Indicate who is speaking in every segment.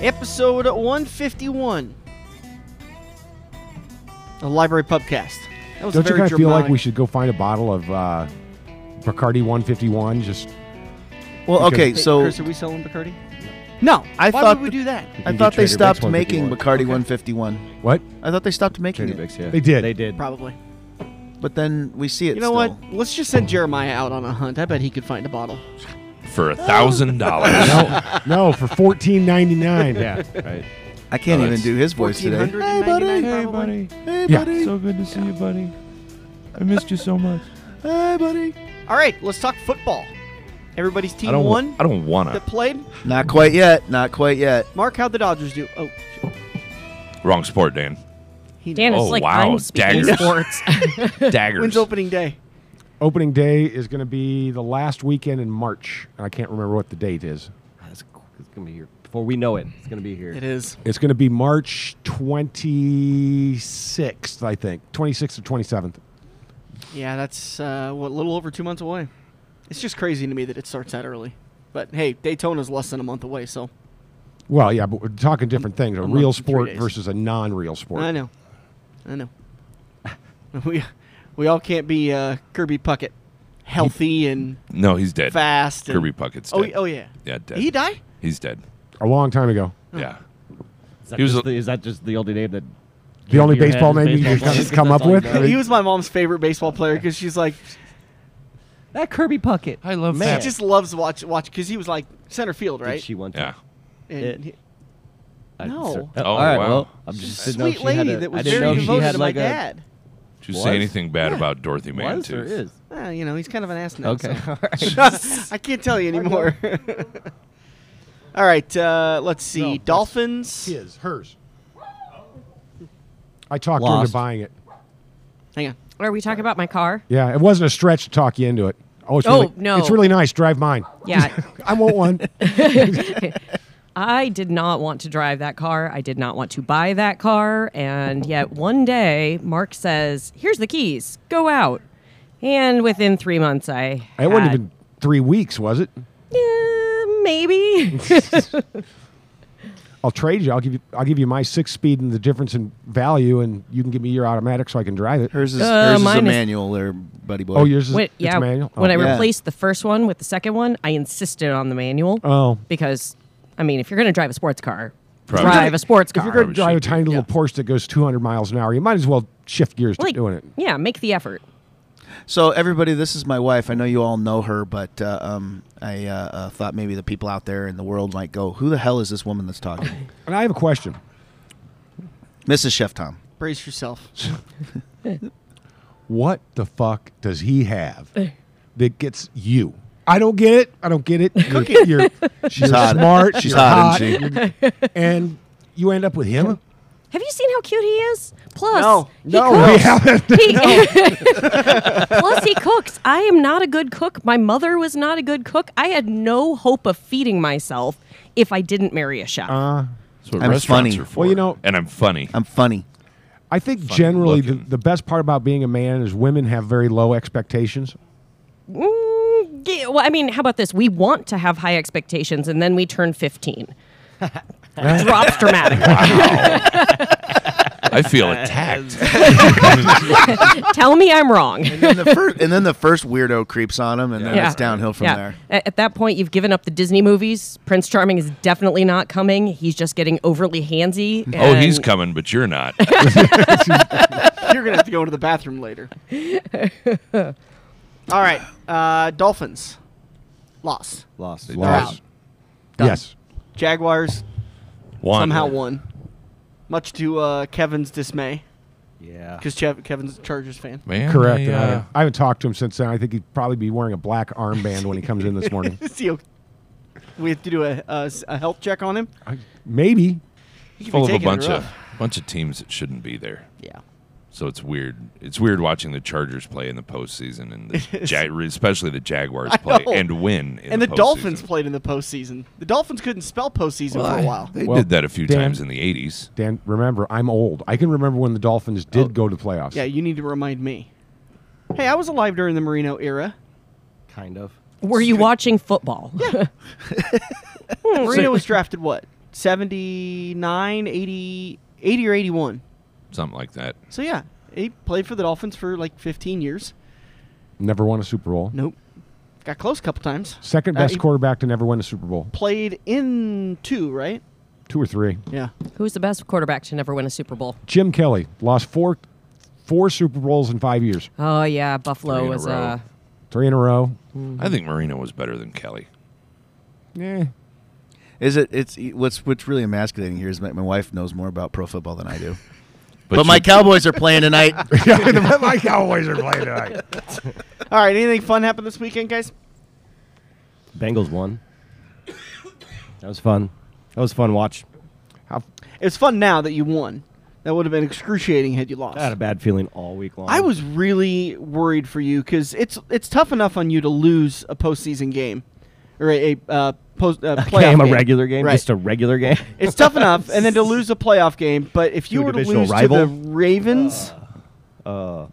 Speaker 1: episode 151 the Library Pubcast. That was a
Speaker 2: Don't you
Speaker 1: very
Speaker 2: kind of feel like
Speaker 1: dramatic-
Speaker 2: we should go find a bottle of uh, Bacardi 151? Just
Speaker 3: Well,
Speaker 2: Okay.
Speaker 3: okay,
Speaker 1: Hey,
Speaker 3: so
Speaker 1: Chris, are we selling Bacardi?
Speaker 3: no, I
Speaker 1: Why
Speaker 3: thought
Speaker 1: would we do that?
Speaker 2: You
Speaker 3: I
Speaker 2: can
Speaker 3: thought
Speaker 2: do Trader
Speaker 3: they
Speaker 2: Vic's
Speaker 3: stopped
Speaker 2: 151.
Speaker 3: making Bacardi 151.
Speaker 2: what?
Speaker 3: I thought they stopped making it,
Speaker 4: Trader Vic's, yeah.
Speaker 2: They did.
Speaker 4: They did.
Speaker 1: Probably.
Speaker 3: but then we see it.
Speaker 1: You know
Speaker 3: still.
Speaker 1: what? Let's just send Jeremiah out on a hunt. I bet he could find a bottle.
Speaker 5: for a thousand dollars.
Speaker 2: No, no, for fourteen ninety nine. Yeah,
Speaker 4: Right.
Speaker 3: I can't
Speaker 5: Oh,
Speaker 3: even
Speaker 5: it's
Speaker 3: do his voice today.
Speaker 1: Hey, buddy. Hey, buddy.
Speaker 3: Hey,
Speaker 2: Yeah.
Speaker 3: buddy.
Speaker 4: So good to see you, buddy. I missed you so much.
Speaker 3: Hey, buddy.
Speaker 1: All right, let's talk football. Everybody's team
Speaker 5: I don't.
Speaker 1: won
Speaker 5: One? I don't wanna.
Speaker 1: that played.
Speaker 3: Not quite yet. Not quite yet.
Speaker 1: Mark, how'd the Dodgers do? Oh,
Speaker 5: Wrong sport, Dan.
Speaker 1: he
Speaker 6: Dan,
Speaker 5: Oh,
Speaker 6: it's like
Speaker 5: wow,
Speaker 6: I'm speaking
Speaker 5: daggers.
Speaker 6: sports.
Speaker 5: Daggers.
Speaker 1: When's opening day?
Speaker 2: opening day is going to be the last weekend in March, and I can't remember what the date is.
Speaker 4: That's, Ah, it's gonna be here before we know it. It's gonna be here.
Speaker 1: It is.
Speaker 2: It's going to be March twenty sixth, I think, twenty sixth or twenty seventh.
Speaker 1: Yeah, that's uh, what a little over two months away. It's just crazy to me that it starts that early. But hey, Daytona's less than a month away, so
Speaker 2: Well, yeah, but we're talking different things: a
Speaker 1: month
Speaker 2: real
Speaker 1: and three
Speaker 2: sport
Speaker 1: days.
Speaker 2: versus a non-real sport.
Speaker 1: I know, I know. we we all can't be uh, Kirby Puckett, healthy and
Speaker 5: No, he's dead.
Speaker 1: fast. and-
Speaker 5: Kirby Puckett's
Speaker 1: Oh,
Speaker 5: dead.
Speaker 1: oh yeah.
Speaker 5: Yeah,
Speaker 1: Did
Speaker 5: dead.
Speaker 1: he die?
Speaker 5: He's dead.
Speaker 2: A long time ago,
Speaker 1: oh.
Speaker 5: Yeah.
Speaker 4: Is that,
Speaker 5: He was
Speaker 4: just
Speaker 5: a-
Speaker 4: the, is that just the only name that?
Speaker 2: the only
Speaker 4: your head
Speaker 2: baseball
Speaker 4: is
Speaker 2: name you
Speaker 4: baseball
Speaker 2: can kind
Speaker 4: player?
Speaker 2: of come
Speaker 4: That's
Speaker 2: up
Speaker 4: all you
Speaker 2: with.
Speaker 4: got.
Speaker 1: He was my mom's favorite baseball player because she's like,
Speaker 4: That Kirby Puckett. I love
Speaker 1: she just loves watch watch because he was like center field, right?
Speaker 4: Did she want to?
Speaker 5: Yeah.
Speaker 1: And he-
Speaker 4: I-
Speaker 1: No.
Speaker 4: sir-
Speaker 5: Oh,
Speaker 4: all right.
Speaker 5: wow.
Speaker 4: Well, I'm
Speaker 1: she's
Speaker 4: just
Speaker 1: a
Speaker 4: didn't know if
Speaker 1: sweet
Speaker 4: she had
Speaker 1: lady
Speaker 4: a-
Speaker 1: that
Speaker 4: I
Speaker 1: was
Speaker 4: didn't
Speaker 1: very
Speaker 4: know if she
Speaker 1: devoted
Speaker 4: had
Speaker 1: to
Speaker 4: like
Speaker 1: my
Speaker 4: a,
Speaker 1: dad.
Speaker 5: Did you
Speaker 4: Was?
Speaker 5: say anything bad about Dorothy
Speaker 4: Was or
Speaker 5: Mantooth?
Speaker 4: is?
Speaker 1: Uh, you know, he's kind of an ass now.
Speaker 4: Okay.
Speaker 1: so.
Speaker 4: All right.
Speaker 1: I can't tell you anymore. All right, uh, let's
Speaker 2: No,
Speaker 1: see.
Speaker 2: that's
Speaker 1: Dolphins.
Speaker 2: His, hers. I talked her into
Speaker 4: Lost.
Speaker 2: buying it.
Speaker 1: Hang on.
Speaker 6: Are we talking about my car?
Speaker 2: Yeah, it wasn't a stretch to talk you into it. Oh, it's
Speaker 6: Oh,
Speaker 2: really,
Speaker 6: no.
Speaker 2: it's really nice. Drive mine.
Speaker 6: Yeah.
Speaker 2: I want one.
Speaker 6: I did not want to drive that car. I did not want to buy that car. And yet one day, Mark says, Here's the keys, go out. And within three months, I.
Speaker 2: It wasn't
Speaker 6: had-
Speaker 2: even three weeks, was it?
Speaker 6: Yeah, maybe.
Speaker 2: I'll trade you. I'll give you. I'll give you my six speed and the difference in value, and you can give me your automatic so I can drive it.
Speaker 3: Hers is,
Speaker 6: Uh,
Speaker 3: hers is a
Speaker 6: mine is-
Speaker 3: manual or buddy boy.
Speaker 2: Oh, yours is
Speaker 6: When-
Speaker 2: it's
Speaker 6: yeah,
Speaker 2: manual.
Speaker 6: when I
Speaker 2: oh.
Speaker 3: Yeah.
Speaker 6: replaced the first one with the second one, I insisted on the manual
Speaker 2: oh.
Speaker 6: because, I mean, if you're going to drive a sports car,
Speaker 5: Probably.
Speaker 6: drive a sports car.
Speaker 2: If you're going to
Speaker 5: Probably
Speaker 2: drive a
Speaker 5: should do,
Speaker 2: tiny little
Speaker 1: yeah.
Speaker 2: Porsche that goes 200 miles an hour, you might as well shift gears to
Speaker 6: like,
Speaker 2: doing it.
Speaker 6: yeah, make the effort.
Speaker 3: So everybody, this is my wife. I know you all know her, but uh, um, I uh, uh, thought maybe the people out there in the world might go, "Who the hell is this woman that's talking?"
Speaker 2: And I have a question.
Speaker 3: Mrs. Chef Tom.
Speaker 1: Brace yourself.
Speaker 2: What the fuck does he have
Speaker 1: Eh.
Speaker 2: that gets you? I don't get it. I don't get it. You're, you're, she's
Speaker 3: hot.
Speaker 2: smart.
Speaker 3: She's
Speaker 2: you're
Speaker 3: hot, isn't
Speaker 2: you're- and you end up with him.
Speaker 6: Have you seen how cute he is? Plus,
Speaker 1: No.
Speaker 6: he
Speaker 2: No,
Speaker 6: cooks.
Speaker 2: we haven't.
Speaker 6: He- Plus, he cooks. I am not a good cook. My mother was not a good cook. I had no hope of feeding myself if I didn't marry a chef.
Speaker 5: Uh. That's what
Speaker 3: I'm
Speaker 5: restaurants
Speaker 3: funny.
Speaker 5: are for.
Speaker 2: Well, you know-
Speaker 5: and I'm funny.
Speaker 3: I'm funny.
Speaker 2: I think
Speaker 5: Fucking
Speaker 2: generally the,
Speaker 5: looking.
Speaker 2: the best part about being a man is women have very low expectations.
Speaker 6: Mm, yeah, well, I mean, how about this? We want to have high expectations, and then we turn 15. Drops dramatically.
Speaker 5: I feel attacked.
Speaker 6: Tell me I'm wrong.
Speaker 3: And the first, and then the first weirdo creeps on him, and then it's downhill from
Speaker 6: Yeah.
Speaker 3: there.
Speaker 6: A- At, that point, you've given up the Disney movies. Prince Charming is definitely not coming. He's just getting overly handsy.
Speaker 5: oh, he's
Speaker 6: and-
Speaker 5: coming, but you're not.
Speaker 1: You're gonna have to go to the bathroom later. All right, uh, Dolphins lost.
Speaker 4: Lost.
Speaker 1: They're
Speaker 2: Lost.
Speaker 1: out. Done.
Speaker 2: Yes.
Speaker 1: Jaguars
Speaker 5: One.
Speaker 1: somehow won, much to uh, Kevin's dismay
Speaker 4: Yeah.
Speaker 1: because Chev- Kevin's a Chargers fan.
Speaker 5: Man,
Speaker 2: Correct.
Speaker 5: they,
Speaker 2: and I,
Speaker 5: uh,
Speaker 2: I haven't talked to him since then. I think he'd probably be wearing a black armband when he comes in this morning.
Speaker 1: Is he okay? We have to do a, a, a health check on him.
Speaker 2: I- Maybe.
Speaker 1: He could be
Speaker 5: full of a
Speaker 1: taking it
Speaker 5: bunch of
Speaker 1: rough.
Speaker 5: bunch of teams that shouldn't be there.
Speaker 1: yeah.
Speaker 5: So it's weird. It's weird watching the Chargers play in the postseason and the ja- especially the Jaguars
Speaker 1: I
Speaker 5: play
Speaker 1: know.
Speaker 5: and win. In
Speaker 1: and the,
Speaker 5: postseason.
Speaker 1: Dolphins played in the postseason. The Dolphins couldn't spell postseason for a while.
Speaker 5: They
Speaker 2: Well,
Speaker 5: did that a few
Speaker 2: Dan-
Speaker 5: times in the '80s.
Speaker 2: Dan, remember, I'm old. I can remember when the Dolphins did go to the playoffs.
Speaker 1: yeah, you need to remind me. Hey, I was alive during the Marino era.
Speaker 4: Kind of.
Speaker 6: Were you watching football?
Speaker 1: Marino was drafted what? 79, 80, 80 or 81.
Speaker 5: something like that.
Speaker 1: So yeah, he played for the Dolphins for like 15 years.
Speaker 2: Never won a Super Bowl.
Speaker 1: Nope. Got close a couple times.
Speaker 2: Second
Speaker 1: Uh,
Speaker 2: best
Speaker 1: he
Speaker 2: quarterback to never win a Super Bowl.
Speaker 1: Played in two, right?
Speaker 2: Two or three.
Speaker 1: Yeah.
Speaker 6: Who's the best quarterback to never win a Super Bowl?
Speaker 2: Jim Kelly lost four four Super Bowls in five years.
Speaker 6: Oh yeah,
Speaker 5: Three
Speaker 6: Buffalo
Speaker 5: in a
Speaker 6: was
Speaker 5: row.
Speaker 6: uh,
Speaker 2: Three in a row.
Speaker 5: I think Marino was better than Kelly.
Speaker 2: Yeah.
Speaker 3: Is it? It's e, what's what's really emasculating here is my, my wife knows more about pro football than I do. But,
Speaker 5: she-
Speaker 3: my Cowboys are playing tonight.
Speaker 2: my Cowboys are playing tonight.
Speaker 1: All right. Anything fun happened this weekend, guys?
Speaker 4: Bengals won. That was fun. That was a fun watch.
Speaker 2: How,
Speaker 1: It was fun now that you won. That would have been excruciating had you lost.
Speaker 4: I had a bad feeling all week long.
Speaker 1: I was really worried for you because it's it's tough enough on you to lose a postseason game or a, a uh, post uh, playoff
Speaker 4: game, a regular game,
Speaker 1: Right.
Speaker 4: just a regular game.
Speaker 1: it's tough enough, and then to lose a playoff game. But if you
Speaker 4: To a
Speaker 1: were to
Speaker 4: divisional
Speaker 1: lose
Speaker 4: rival?
Speaker 1: to the Ravens,
Speaker 4: Uh,
Speaker 1: a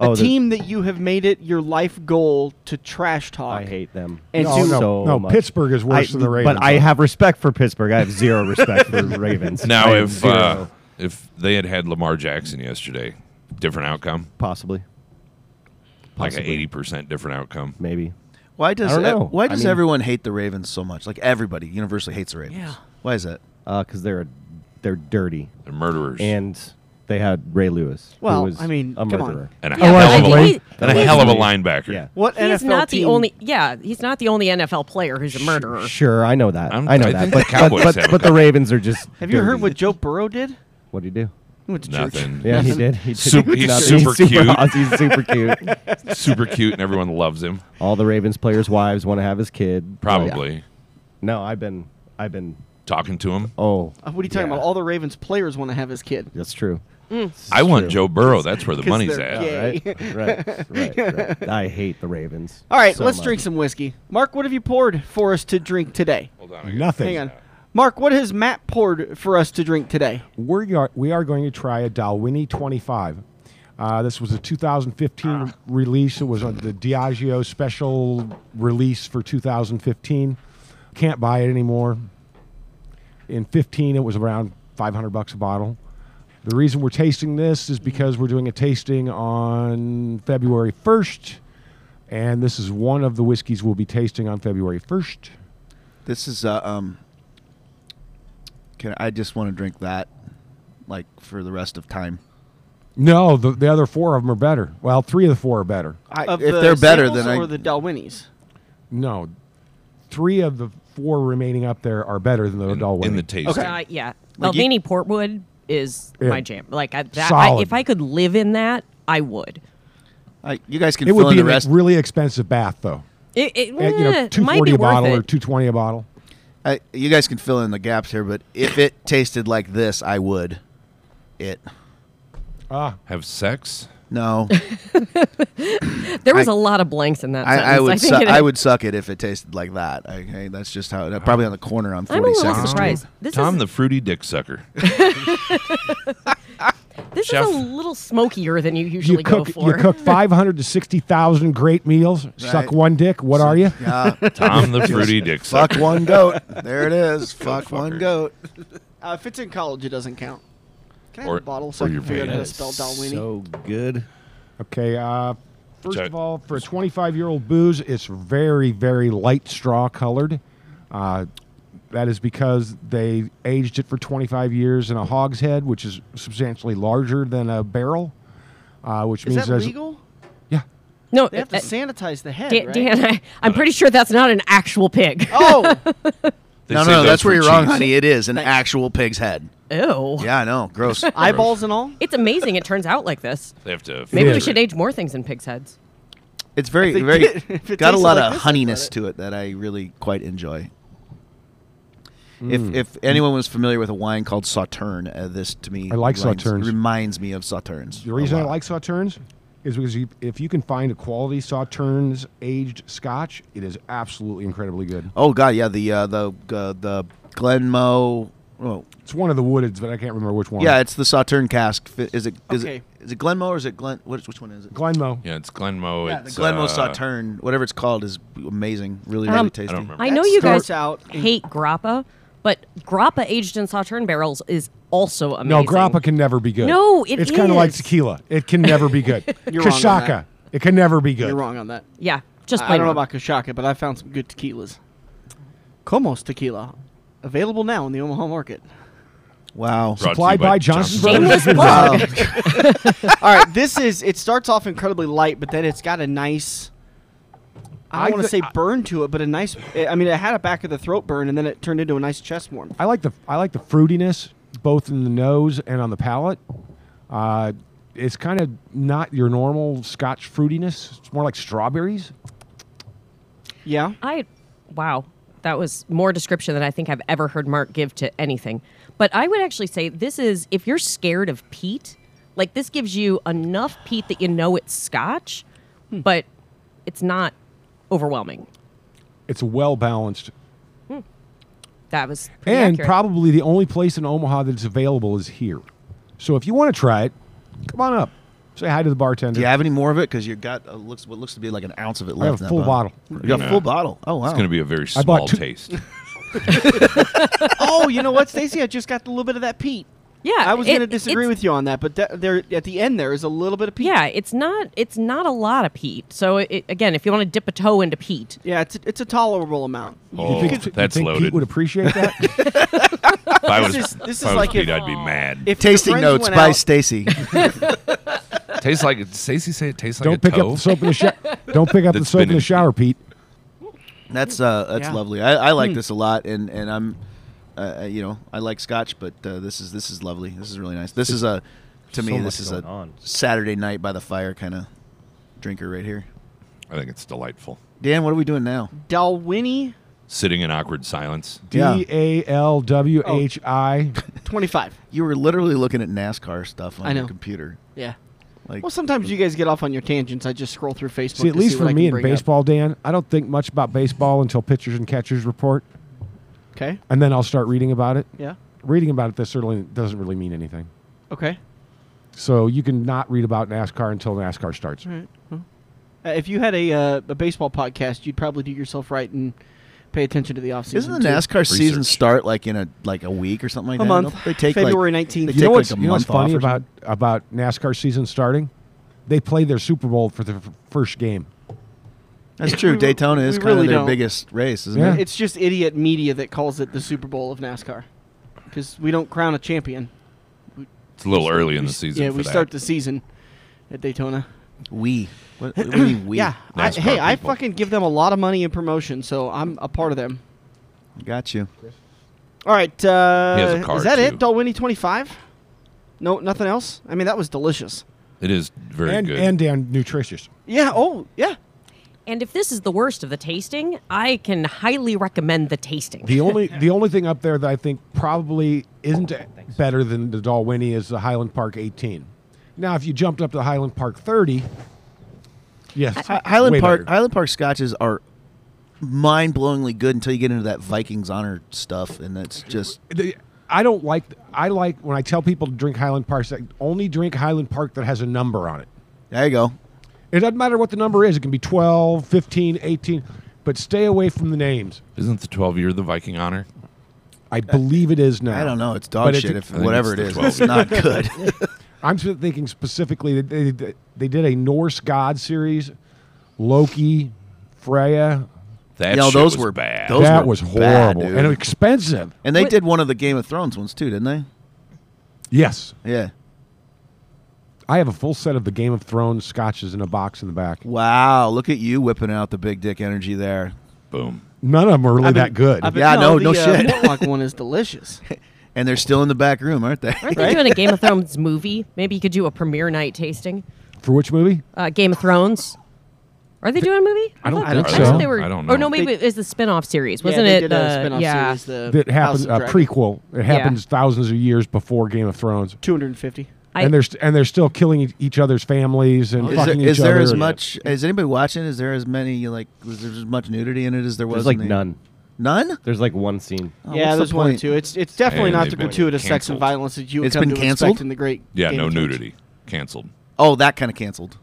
Speaker 4: oh, the-
Speaker 1: team that you have made it your life goal to trash talk.
Speaker 4: I hate them.
Speaker 1: And
Speaker 2: no,
Speaker 1: to-
Speaker 2: no,
Speaker 4: so
Speaker 2: no.
Speaker 4: much.
Speaker 2: Pittsburgh is worse
Speaker 4: I-
Speaker 2: than the Ravens.
Speaker 4: But I have respect for Pittsburgh. I have zero respect for the Ravens. I
Speaker 5: Now,
Speaker 4: have
Speaker 5: if
Speaker 4: zero,
Speaker 5: uh, if they had had Lamar Jackson yesterday, different outcome,
Speaker 4: possibly,
Speaker 5: like an
Speaker 4: Possibly.
Speaker 5: eighty percent different outcome.
Speaker 4: maybe.
Speaker 3: Why does
Speaker 4: I don't
Speaker 3: e-
Speaker 4: know.
Speaker 3: why
Speaker 4: I
Speaker 3: does
Speaker 4: mean-
Speaker 3: everyone hate the Ravens so much? Like everybody universally hates the Ravens.
Speaker 1: Yeah.
Speaker 3: Why is that?
Speaker 4: because Uh, they're they're dirty
Speaker 5: They're murderers
Speaker 4: and they had Ray Lewis. who
Speaker 1: Well,
Speaker 4: was
Speaker 1: I mean,
Speaker 4: a
Speaker 1: come on.
Speaker 4: murderer.
Speaker 5: and a
Speaker 6: Yeah,
Speaker 5: hell of a
Speaker 6: but he-
Speaker 5: and a hell of a
Speaker 4: Allegedly.
Speaker 5: linebacker.
Speaker 4: Yeah,
Speaker 1: What
Speaker 6: he's
Speaker 1: NFL
Speaker 6: not the
Speaker 1: team-
Speaker 6: only. Yeah, he's not the only NFL player who's a murderer.
Speaker 4: sure, I know that.
Speaker 5: I'm-
Speaker 4: I know
Speaker 5: I
Speaker 4: that.
Speaker 5: think
Speaker 4: But,
Speaker 5: the Cowboys
Speaker 4: but,
Speaker 5: have
Speaker 4: but,
Speaker 5: a
Speaker 4: but the
Speaker 5: couple.
Speaker 4: Ravens are just.
Speaker 1: Have you heard
Speaker 4: dirty.
Speaker 1: what Joe Burrow did?
Speaker 4: What do you do?
Speaker 1: He went to
Speaker 5: Nothing.
Speaker 1: church.
Speaker 4: Yeah, he did. He did.
Speaker 5: Super- he's
Speaker 4: Nothing.
Speaker 5: super cute.
Speaker 4: He's super cute.
Speaker 5: super cute, and everyone loves him.
Speaker 1: Oh,
Speaker 4: All the Ravens players' wives want to have his kid.
Speaker 5: Probably
Speaker 4: No, I've been, I've been.
Speaker 5: talking to him.
Speaker 4: Oh,
Speaker 1: Uh, What are you talking
Speaker 4: Yeah.
Speaker 1: about? All the Ravens players want to have his kid.
Speaker 4: that's true.
Speaker 5: I want Joe Burrow. That's where the
Speaker 1: 'Cause
Speaker 5: money's
Speaker 1: they're
Speaker 5: at.
Speaker 1: gay.
Speaker 4: Right, right, right, right. I hate the Ravens.
Speaker 1: All right,
Speaker 4: so
Speaker 1: let's
Speaker 4: much.
Speaker 1: drink some whiskey. Mark, what have you poured for us to drink today?
Speaker 5: Hold on, I got-
Speaker 2: nothing.
Speaker 1: Hang on. Mark, what has Matt poured for us to drink today?
Speaker 2: We're go- we are going to try a Dalwhinnie 25. Uh, this was a 2015 release. It was on the Diageo special release for 2015. Can't buy it anymore. In 15, it was around 500 bucks a bottle. The reason we're tasting this is because we're doing a tasting on February 1st, and this is one of the whiskeys we'll be tasting on February 1st.
Speaker 3: This is uh, um. Can I just want to drink that, like for the rest of time?
Speaker 2: No, the, the other four of them are better. Well, three of the four are better.
Speaker 3: I,
Speaker 1: Of
Speaker 3: if
Speaker 1: the
Speaker 3: they're better,
Speaker 1: Staples
Speaker 3: then I.
Speaker 1: or the Dalwhinnies.
Speaker 2: No, three of the four remaining up there are better than the
Speaker 5: In,
Speaker 2: Dalwhinnie.
Speaker 5: in the tasting.
Speaker 6: Uh, yeah,
Speaker 3: Like you-
Speaker 6: Alvini Portwood is
Speaker 2: Yeah.
Speaker 6: my jam. Like I, that, I,
Speaker 2: Solid.
Speaker 6: if I could live in that, I would.
Speaker 3: I- you guys can
Speaker 2: it
Speaker 3: fill
Speaker 2: would
Speaker 3: in
Speaker 2: be
Speaker 3: the
Speaker 2: a
Speaker 3: rest.
Speaker 2: really expensive bath, though.
Speaker 6: It, it,
Speaker 2: At, you
Speaker 6: eh,
Speaker 2: know,
Speaker 6: it
Speaker 2: two
Speaker 6: might
Speaker 2: forty
Speaker 6: be
Speaker 2: a bottle
Speaker 6: worth
Speaker 2: or
Speaker 6: it.
Speaker 2: two twenty a bottle.
Speaker 3: I, you guys can fill in the gaps here, but if it tasted like this, I would. It.
Speaker 2: Ah,
Speaker 5: Have sex.
Speaker 3: No,
Speaker 6: There was a
Speaker 3: I-
Speaker 6: lot of blanks in that.
Speaker 3: I,
Speaker 6: sentence.
Speaker 3: I would.
Speaker 6: think
Speaker 3: Su-
Speaker 6: it-
Speaker 3: I would suck it if it tasted like that. Okay, that's just how. It, probably on the corner on
Speaker 6: I'm a
Speaker 3: Forty
Speaker 6: little
Speaker 3: Second Street.
Speaker 6: surprised. This
Speaker 5: Tom
Speaker 6: is
Speaker 5: the fruity dick sucker.
Speaker 6: this
Speaker 5: chef.
Speaker 6: is a little smokier than you usually
Speaker 2: you cook
Speaker 6: go for.
Speaker 2: you cook five hundred to sixty thousand great meals. Suck
Speaker 3: Right.
Speaker 2: one dick. What are you?
Speaker 3: Yeah,
Speaker 5: Tom the fruity dick sucker.
Speaker 3: fuck one goat. There it is. Fuck one
Speaker 5: fucker.
Speaker 3: goat.
Speaker 1: Uh, if it's in college, it doesn't count. Can I have
Speaker 5: Or-
Speaker 1: a bottle so
Speaker 5: or
Speaker 1: I can
Speaker 5: your
Speaker 1: figure out how to
Speaker 5: veins.
Speaker 1: spell Dalwhinnie?
Speaker 4: So good.
Speaker 2: Okay. Uh, first
Speaker 5: Check.
Speaker 2: of all, for a twenty-five-year-old booze, it's very, very light straw colored. Uh, that is because they aged it for 25 years in a hogshead, which is substantially larger than a barrel, uh, which
Speaker 1: Is
Speaker 2: means
Speaker 1: that
Speaker 2: there's-
Speaker 1: legal?
Speaker 2: Yeah.
Speaker 6: no,
Speaker 1: They have to
Speaker 6: uh,
Speaker 1: sanitize the head,
Speaker 6: Dan,
Speaker 1: right?
Speaker 6: Dan, I, I'm pretty sure that's not an actual pig.
Speaker 1: Oh,
Speaker 5: They
Speaker 3: no,
Speaker 5: say
Speaker 3: no, no,
Speaker 5: those
Speaker 3: that's where
Speaker 5: for
Speaker 3: you're wrong,
Speaker 5: cheese.
Speaker 3: honey. It is an actual pig's head.
Speaker 6: Ew.
Speaker 3: Yeah, I know. Gross.
Speaker 1: eyeballs and all.
Speaker 6: It's amazing. It turns out like this.
Speaker 5: They have to.
Speaker 6: Maybe
Speaker 2: Yeah.
Speaker 6: we should age more things in pigs' heads.
Speaker 3: It's very,
Speaker 1: they
Speaker 3: very
Speaker 1: did- if it
Speaker 3: got a
Speaker 1: tasted
Speaker 3: lot
Speaker 1: like
Speaker 3: of
Speaker 1: this, I'd
Speaker 3: honeyness
Speaker 1: let it.
Speaker 3: to it that I really quite enjoy.
Speaker 1: Hmm.
Speaker 3: If, if anyone was familiar with a wine called Sauterne, uh, this to me
Speaker 2: I like
Speaker 3: reminds,
Speaker 2: Sauternes.
Speaker 3: reminds me of Sauternes.
Speaker 2: The
Speaker 3: a
Speaker 2: reason I
Speaker 3: lot.
Speaker 2: like sauternes is because you, if you can find a quality sauternes aged Scotch, it is absolutely incredibly good.
Speaker 3: Oh God, yeah, the uh, the uh, the Glenmoe. Oh,
Speaker 2: It's one of the woodeds, but I can't remember which one.
Speaker 3: yeah, it's the Sauterne cask. Fi- Is it is
Speaker 1: Okay.
Speaker 3: it is it Glenmoe or is it Glen? What, which one is it?
Speaker 2: Glenmoe.
Speaker 5: Yeah, it's Glenmo.
Speaker 3: yeah, the
Speaker 5: it's,
Speaker 3: Glenmoe
Speaker 5: uh,
Speaker 3: Sauterne, whatever it's called, is amazing. Really, really
Speaker 6: Um,
Speaker 3: tasty.
Speaker 5: I don't remember.
Speaker 6: I know
Speaker 1: That
Speaker 6: you guys
Speaker 1: starts out in-
Speaker 6: hate grappa, But grappa aged in sauterne barrels is also
Speaker 2: No,
Speaker 6: amazing.
Speaker 2: grappa can never be good.
Speaker 6: No, it
Speaker 2: it's kind of like
Speaker 6: is.
Speaker 2: tequila. It can never be good.
Speaker 1: You're wrong on
Speaker 2: Kashaka,
Speaker 1: that.
Speaker 2: it can never be good.
Speaker 1: You're wrong on that.
Speaker 6: Yeah, just
Speaker 1: I I
Speaker 6: plain
Speaker 1: don't know
Speaker 6: wrong.
Speaker 1: about Kashaka, but I found some good tequilas. Comos tequila, available now in the Omaha market.
Speaker 3: Wow.
Speaker 5: Brought to
Speaker 2: Supplied
Speaker 5: you
Speaker 2: by Johnson
Speaker 6: Shameless
Speaker 2: Brothers.
Speaker 6: plug.
Speaker 3: Wow.
Speaker 1: All right, this is. It starts off incredibly light, but then it's got a nice. I
Speaker 2: I
Speaker 1: don't want to say
Speaker 2: thi- I-
Speaker 1: burn to it, but a nice. I mean, it had a back of the throat burn, and then it turned into a nice chest warm.
Speaker 2: I like the I like the fruitiness both in the nose and on the palate. Uh, it's kind of not your normal Scotch fruitiness. It's more like strawberries.
Speaker 1: Yeah,
Speaker 6: I wow, that was more description than I think I've ever heard Mark give to anything. But I would actually say this is if you're scared of peat, like this gives you enough peat that you know it's scotch,
Speaker 1: Hmm.
Speaker 6: but it's not overwhelming.
Speaker 2: It's well balanced,
Speaker 6: That was pretty
Speaker 2: and
Speaker 6: accurate.
Speaker 2: probably the only place in Omaha that's available is here. So if you want to try it, come on up. Say hi to the bartender.
Speaker 3: Do you have any more of it? Because you got uh, looks what looks to be like an ounce of it left.
Speaker 2: have
Speaker 3: in
Speaker 2: a
Speaker 3: that
Speaker 2: full
Speaker 3: You got a
Speaker 5: Nah.
Speaker 3: full bottle. Oh wow.
Speaker 5: It's going to be a very
Speaker 2: I bought
Speaker 5: small
Speaker 2: two-
Speaker 5: taste.
Speaker 1: oh, you know what, Stacy? I just got a little bit of that peat.
Speaker 6: Yeah,
Speaker 1: I was
Speaker 6: it-
Speaker 1: going to disagree
Speaker 6: it's-
Speaker 1: with you on that, but that, there at the end there is a little bit of peat.
Speaker 6: Yeah, it's not it's not a lot of peat. So it, again, if you want to dip a toe into peat,
Speaker 1: yeah, it's a, it's a tolerable amount.
Speaker 5: Oh,
Speaker 2: You think,
Speaker 5: that's
Speaker 2: you think
Speaker 5: loaded.
Speaker 2: Pete would appreciate that.
Speaker 5: if I was,
Speaker 1: This is- this
Speaker 5: if I
Speaker 1: is
Speaker 5: was
Speaker 1: like
Speaker 5: Pete,
Speaker 1: if-
Speaker 5: I'd be mad.
Speaker 1: If your
Speaker 3: Tasting
Speaker 1: friends
Speaker 3: notes
Speaker 1: went
Speaker 3: by
Speaker 1: out-
Speaker 3: Stacy.
Speaker 5: tastes like did Stacey say it tastes like
Speaker 2: Don't
Speaker 5: a
Speaker 2: pick
Speaker 5: toe.
Speaker 2: up the soap in the shower. Don't pick up the
Speaker 5: That's
Speaker 2: soap
Speaker 5: been
Speaker 2: in the
Speaker 5: in-
Speaker 2: shower, Pete.
Speaker 3: That's uh, that's
Speaker 1: Yeah. Hmm.
Speaker 3: lovely. I, I like this a lot, and and I'm, uh, uh, you know, I like Scotch, but uh, this is this is lovely. This is really nice. This is a, to
Speaker 4: so
Speaker 3: me,
Speaker 4: much
Speaker 3: this is a
Speaker 4: going on.
Speaker 3: Saturday night by the fire kind of drinker right here.
Speaker 5: I think it's delightful.
Speaker 3: Dan, what are we doing now?
Speaker 1: Dalwhinnie
Speaker 5: Sitting in awkward silence.
Speaker 2: D A L W H I.
Speaker 1: Oh. twenty five.
Speaker 3: You were literally looking at NASCAR stuff on
Speaker 1: I know.
Speaker 3: your computer.
Speaker 1: Yeah.
Speaker 3: Like,
Speaker 1: Well, sometimes you guys get off on your tangents. I just scroll through Facebook.
Speaker 2: See, at
Speaker 1: to
Speaker 2: least
Speaker 1: see
Speaker 2: for
Speaker 1: what I
Speaker 2: me
Speaker 1: can
Speaker 2: in
Speaker 1: bring up.
Speaker 2: baseball, Dan, I don't think much about baseball until pitchers and catchers report,
Speaker 1: Okay.
Speaker 2: and then I'll start reading about it.
Speaker 1: Yeah.
Speaker 2: Reading about it, this certainly doesn't really mean anything.
Speaker 1: Okay.
Speaker 2: So you can not read about NASCAR until NASCAR starts.
Speaker 1: All right. Well, uh, if you had a uh, a baseball podcast, you'd probably do yourself right and pay attention to the offseason.
Speaker 3: isn't the
Speaker 1: too.
Speaker 3: NASCAR season
Speaker 5: Research.
Speaker 3: start like in a like a week or something like
Speaker 1: A
Speaker 3: that?
Speaker 1: month.
Speaker 3: Don't They take
Speaker 1: February
Speaker 3: like,
Speaker 1: 19th.
Speaker 3: They
Speaker 1: You
Speaker 2: You know
Speaker 3: take
Speaker 2: what's,
Speaker 3: like a
Speaker 2: you know what's
Speaker 3: month off
Speaker 2: funny
Speaker 3: or
Speaker 2: about
Speaker 3: something.
Speaker 2: about NASCAR season starting? They play their Super Bowl for the f- first game.
Speaker 3: That's true.
Speaker 1: We-
Speaker 3: Daytona is
Speaker 1: we
Speaker 3: kind
Speaker 1: really
Speaker 3: of their
Speaker 1: don't.
Speaker 3: biggest race, isn't
Speaker 2: Yeah.
Speaker 3: it?
Speaker 1: It's just idiot media that calls it the Super Bowl of NASCAR because we don't crown a champion.
Speaker 5: It's a little early in
Speaker 1: We
Speaker 5: the
Speaker 1: s-
Speaker 5: season.
Speaker 1: Yeah,
Speaker 5: for
Speaker 1: we
Speaker 5: that.
Speaker 1: start the season at Daytona.
Speaker 3: We. What, what do you mean we?
Speaker 1: yeah. I,
Speaker 5: NASCAR
Speaker 1: hey, I
Speaker 5: people.
Speaker 1: fucking give them a lot of money in promotion, so I'm a part of them.
Speaker 3: Got you.
Speaker 1: All right. Uh,
Speaker 5: He has a car,
Speaker 1: is that it?
Speaker 5: too.
Speaker 1: Dalwhinnie 25? No, nothing else? I mean, that was delicious.
Speaker 5: It is very
Speaker 2: And,
Speaker 5: good.
Speaker 2: and Dan, nutritious.
Speaker 1: Yeah. Oh, yeah.
Speaker 6: and if this is the worst of the tasting, I can highly recommend the tasting.
Speaker 2: The only the only thing up there that I think probably isn't
Speaker 5: Oh,
Speaker 2: better than the Dalwhinnie is the Highland Park 18. Now, if you jumped up to Highland Park 30, yes,
Speaker 3: Hi- Highland
Speaker 2: way
Speaker 3: Park
Speaker 2: better.
Speaker 3: Highland Park scotches are mind-blowingly good until you get into that Vikings honor stuff and that's just
Speaker 2: The- I don't like. I like when I tell people to drink Highland Park. I only drink Highland Park that has a number on it.
Speaker 3: there you go.
Speaker 2: It doesn't matter what the number is. It can be 12, 15, 18, but stay away from the names.
Speaker 5: Isn't the 12 year the Viking honor?
Speaker 2: I believe it is now.
Speaker 3: I don't know, it's dog
Speaker 2: But it's-
Speaker 3: shit if
Speaker 5: I think
Speaker 3: whatever it
Speaker 5: it's
Speaker 3: is.
Speaker 5: the
Speaker 3: It's not good.
Speaker 2: I'm sp- thinking specifically that they, they, they did a Norse god series, Loki, Freya.
Speaker 5: That
Speaker 3: you know,
Speaker 5: shit
Speaker 3: those
Speaker 5: was
Speaker 3: were
Speaker 5: bad.
Speaker 3: Those
Speaker 2: that
Speaker 3: were
Speaker 2: was
Speaker 3: bad,
Speaker 2: horrible
Speaker 3: dude.
Speaker 2: and expensive.
Speaker 3: and they
Speaker 6: What-
Speaker 3: did one of the Game of Thrones ones too, didn't they?
Speaker 2: Yes,
Speaker 3: Yeah.
Speaker 2: I have a full set of the Game of Thrones scotches in a box in the back.
Speaker 3: Wow, look at you whipping out the big dick energy there.
Speaker 5: Boom.
Speaker 2: None of them are really
Speaker 1: I've been-
Speaker 2: that good.
Speaker 1: I've been-
Speaker 3: Yeah, no-
Speaker 1: the,
Speaker 3: no
Speaker 1: uh,
Speaker 3: shit.
Speaker 1: Mortlock one is delicious.
Speaker 3: And they're still in the back room, aren't they?
Speaker 6: Aren't they doing a Game of Thrones movie? Maybe you could do a premiere night tasting.
Speaker 2: For which movie?
Speaker 6: Uh, Game of Thrones. Are they doing a movie?
Speaker 2: I don't
Speaker 6: thought-
Speaker 2: think
Speaker 6: I thought
Speaker 2: so.
Speaker 6: They were,
Speaker 5: I don't
Speaker 6: Or
Speaker 5: know.
Speaker 6: no, maybe
Speaker 1: They-
Speaker 6: it was the spin-off series,
Speaker 1: Yeah,
Speaker 6: wasn't
Speaker 1: they
Speaker 6: it?
Speaker 1: did a
Speaker 6: the-
Speaker 1: spin-off
Speaker 6: yeah.
Speaker 1: series, the
Speaker 2: That
Speaker 1: Uh, House of
Speaker 2: happened a
Speaker 1: Dragon.
Speaker 2: prequel. It happens thousands of years before Game of Thrones.
Speaker 1: 250.
Speaker 6: I-
Speaker 2: and they're st- and they're still killing e- each other's families and
Speaker 3: Is there,
Speaker 2: fucking
Speaker 3: is
Speaker 2: each
Speaker 3: there
Speaker 2: other.
Speaker 3: as much? Is anybody watching? Is there as many like? Was there as much nudity in it as there was?
Speaker 4: There's
Speaker 3: in
Speaker 4: like
Speaker 3: the-
Speaker 4: none.
Speaker 3: None.
Speaker 4: There's like one scene.
Speaker 3: Oh,
Speaker 1: yeah,
Speaker 3: what's the
Speaker 1: there's one or
Speaker 3: point?
Speaker 1: two. It's it's definitely
Speaker 5: And
Speaker 1: not
Speaker 5: they've
Speaker 1: the
Speaker 5: been
Speaker 1: gratuitous sex and
Speaker 5: canceled.
Speaker 1: violence that you would
Speaker 3: It's
Speaker 1: come
Speaker 3: been
Speaker 1: to
Speaker 3: canceled?
Speaker 1: expect in the great.
Speaker 5: Yeah,
Speaker 1: Game
Speaker 5: no
Speaker 1: of Thrones.
Speaker 5: nudity. Canceled.
Speaker 3: Oh, that kind of canceled.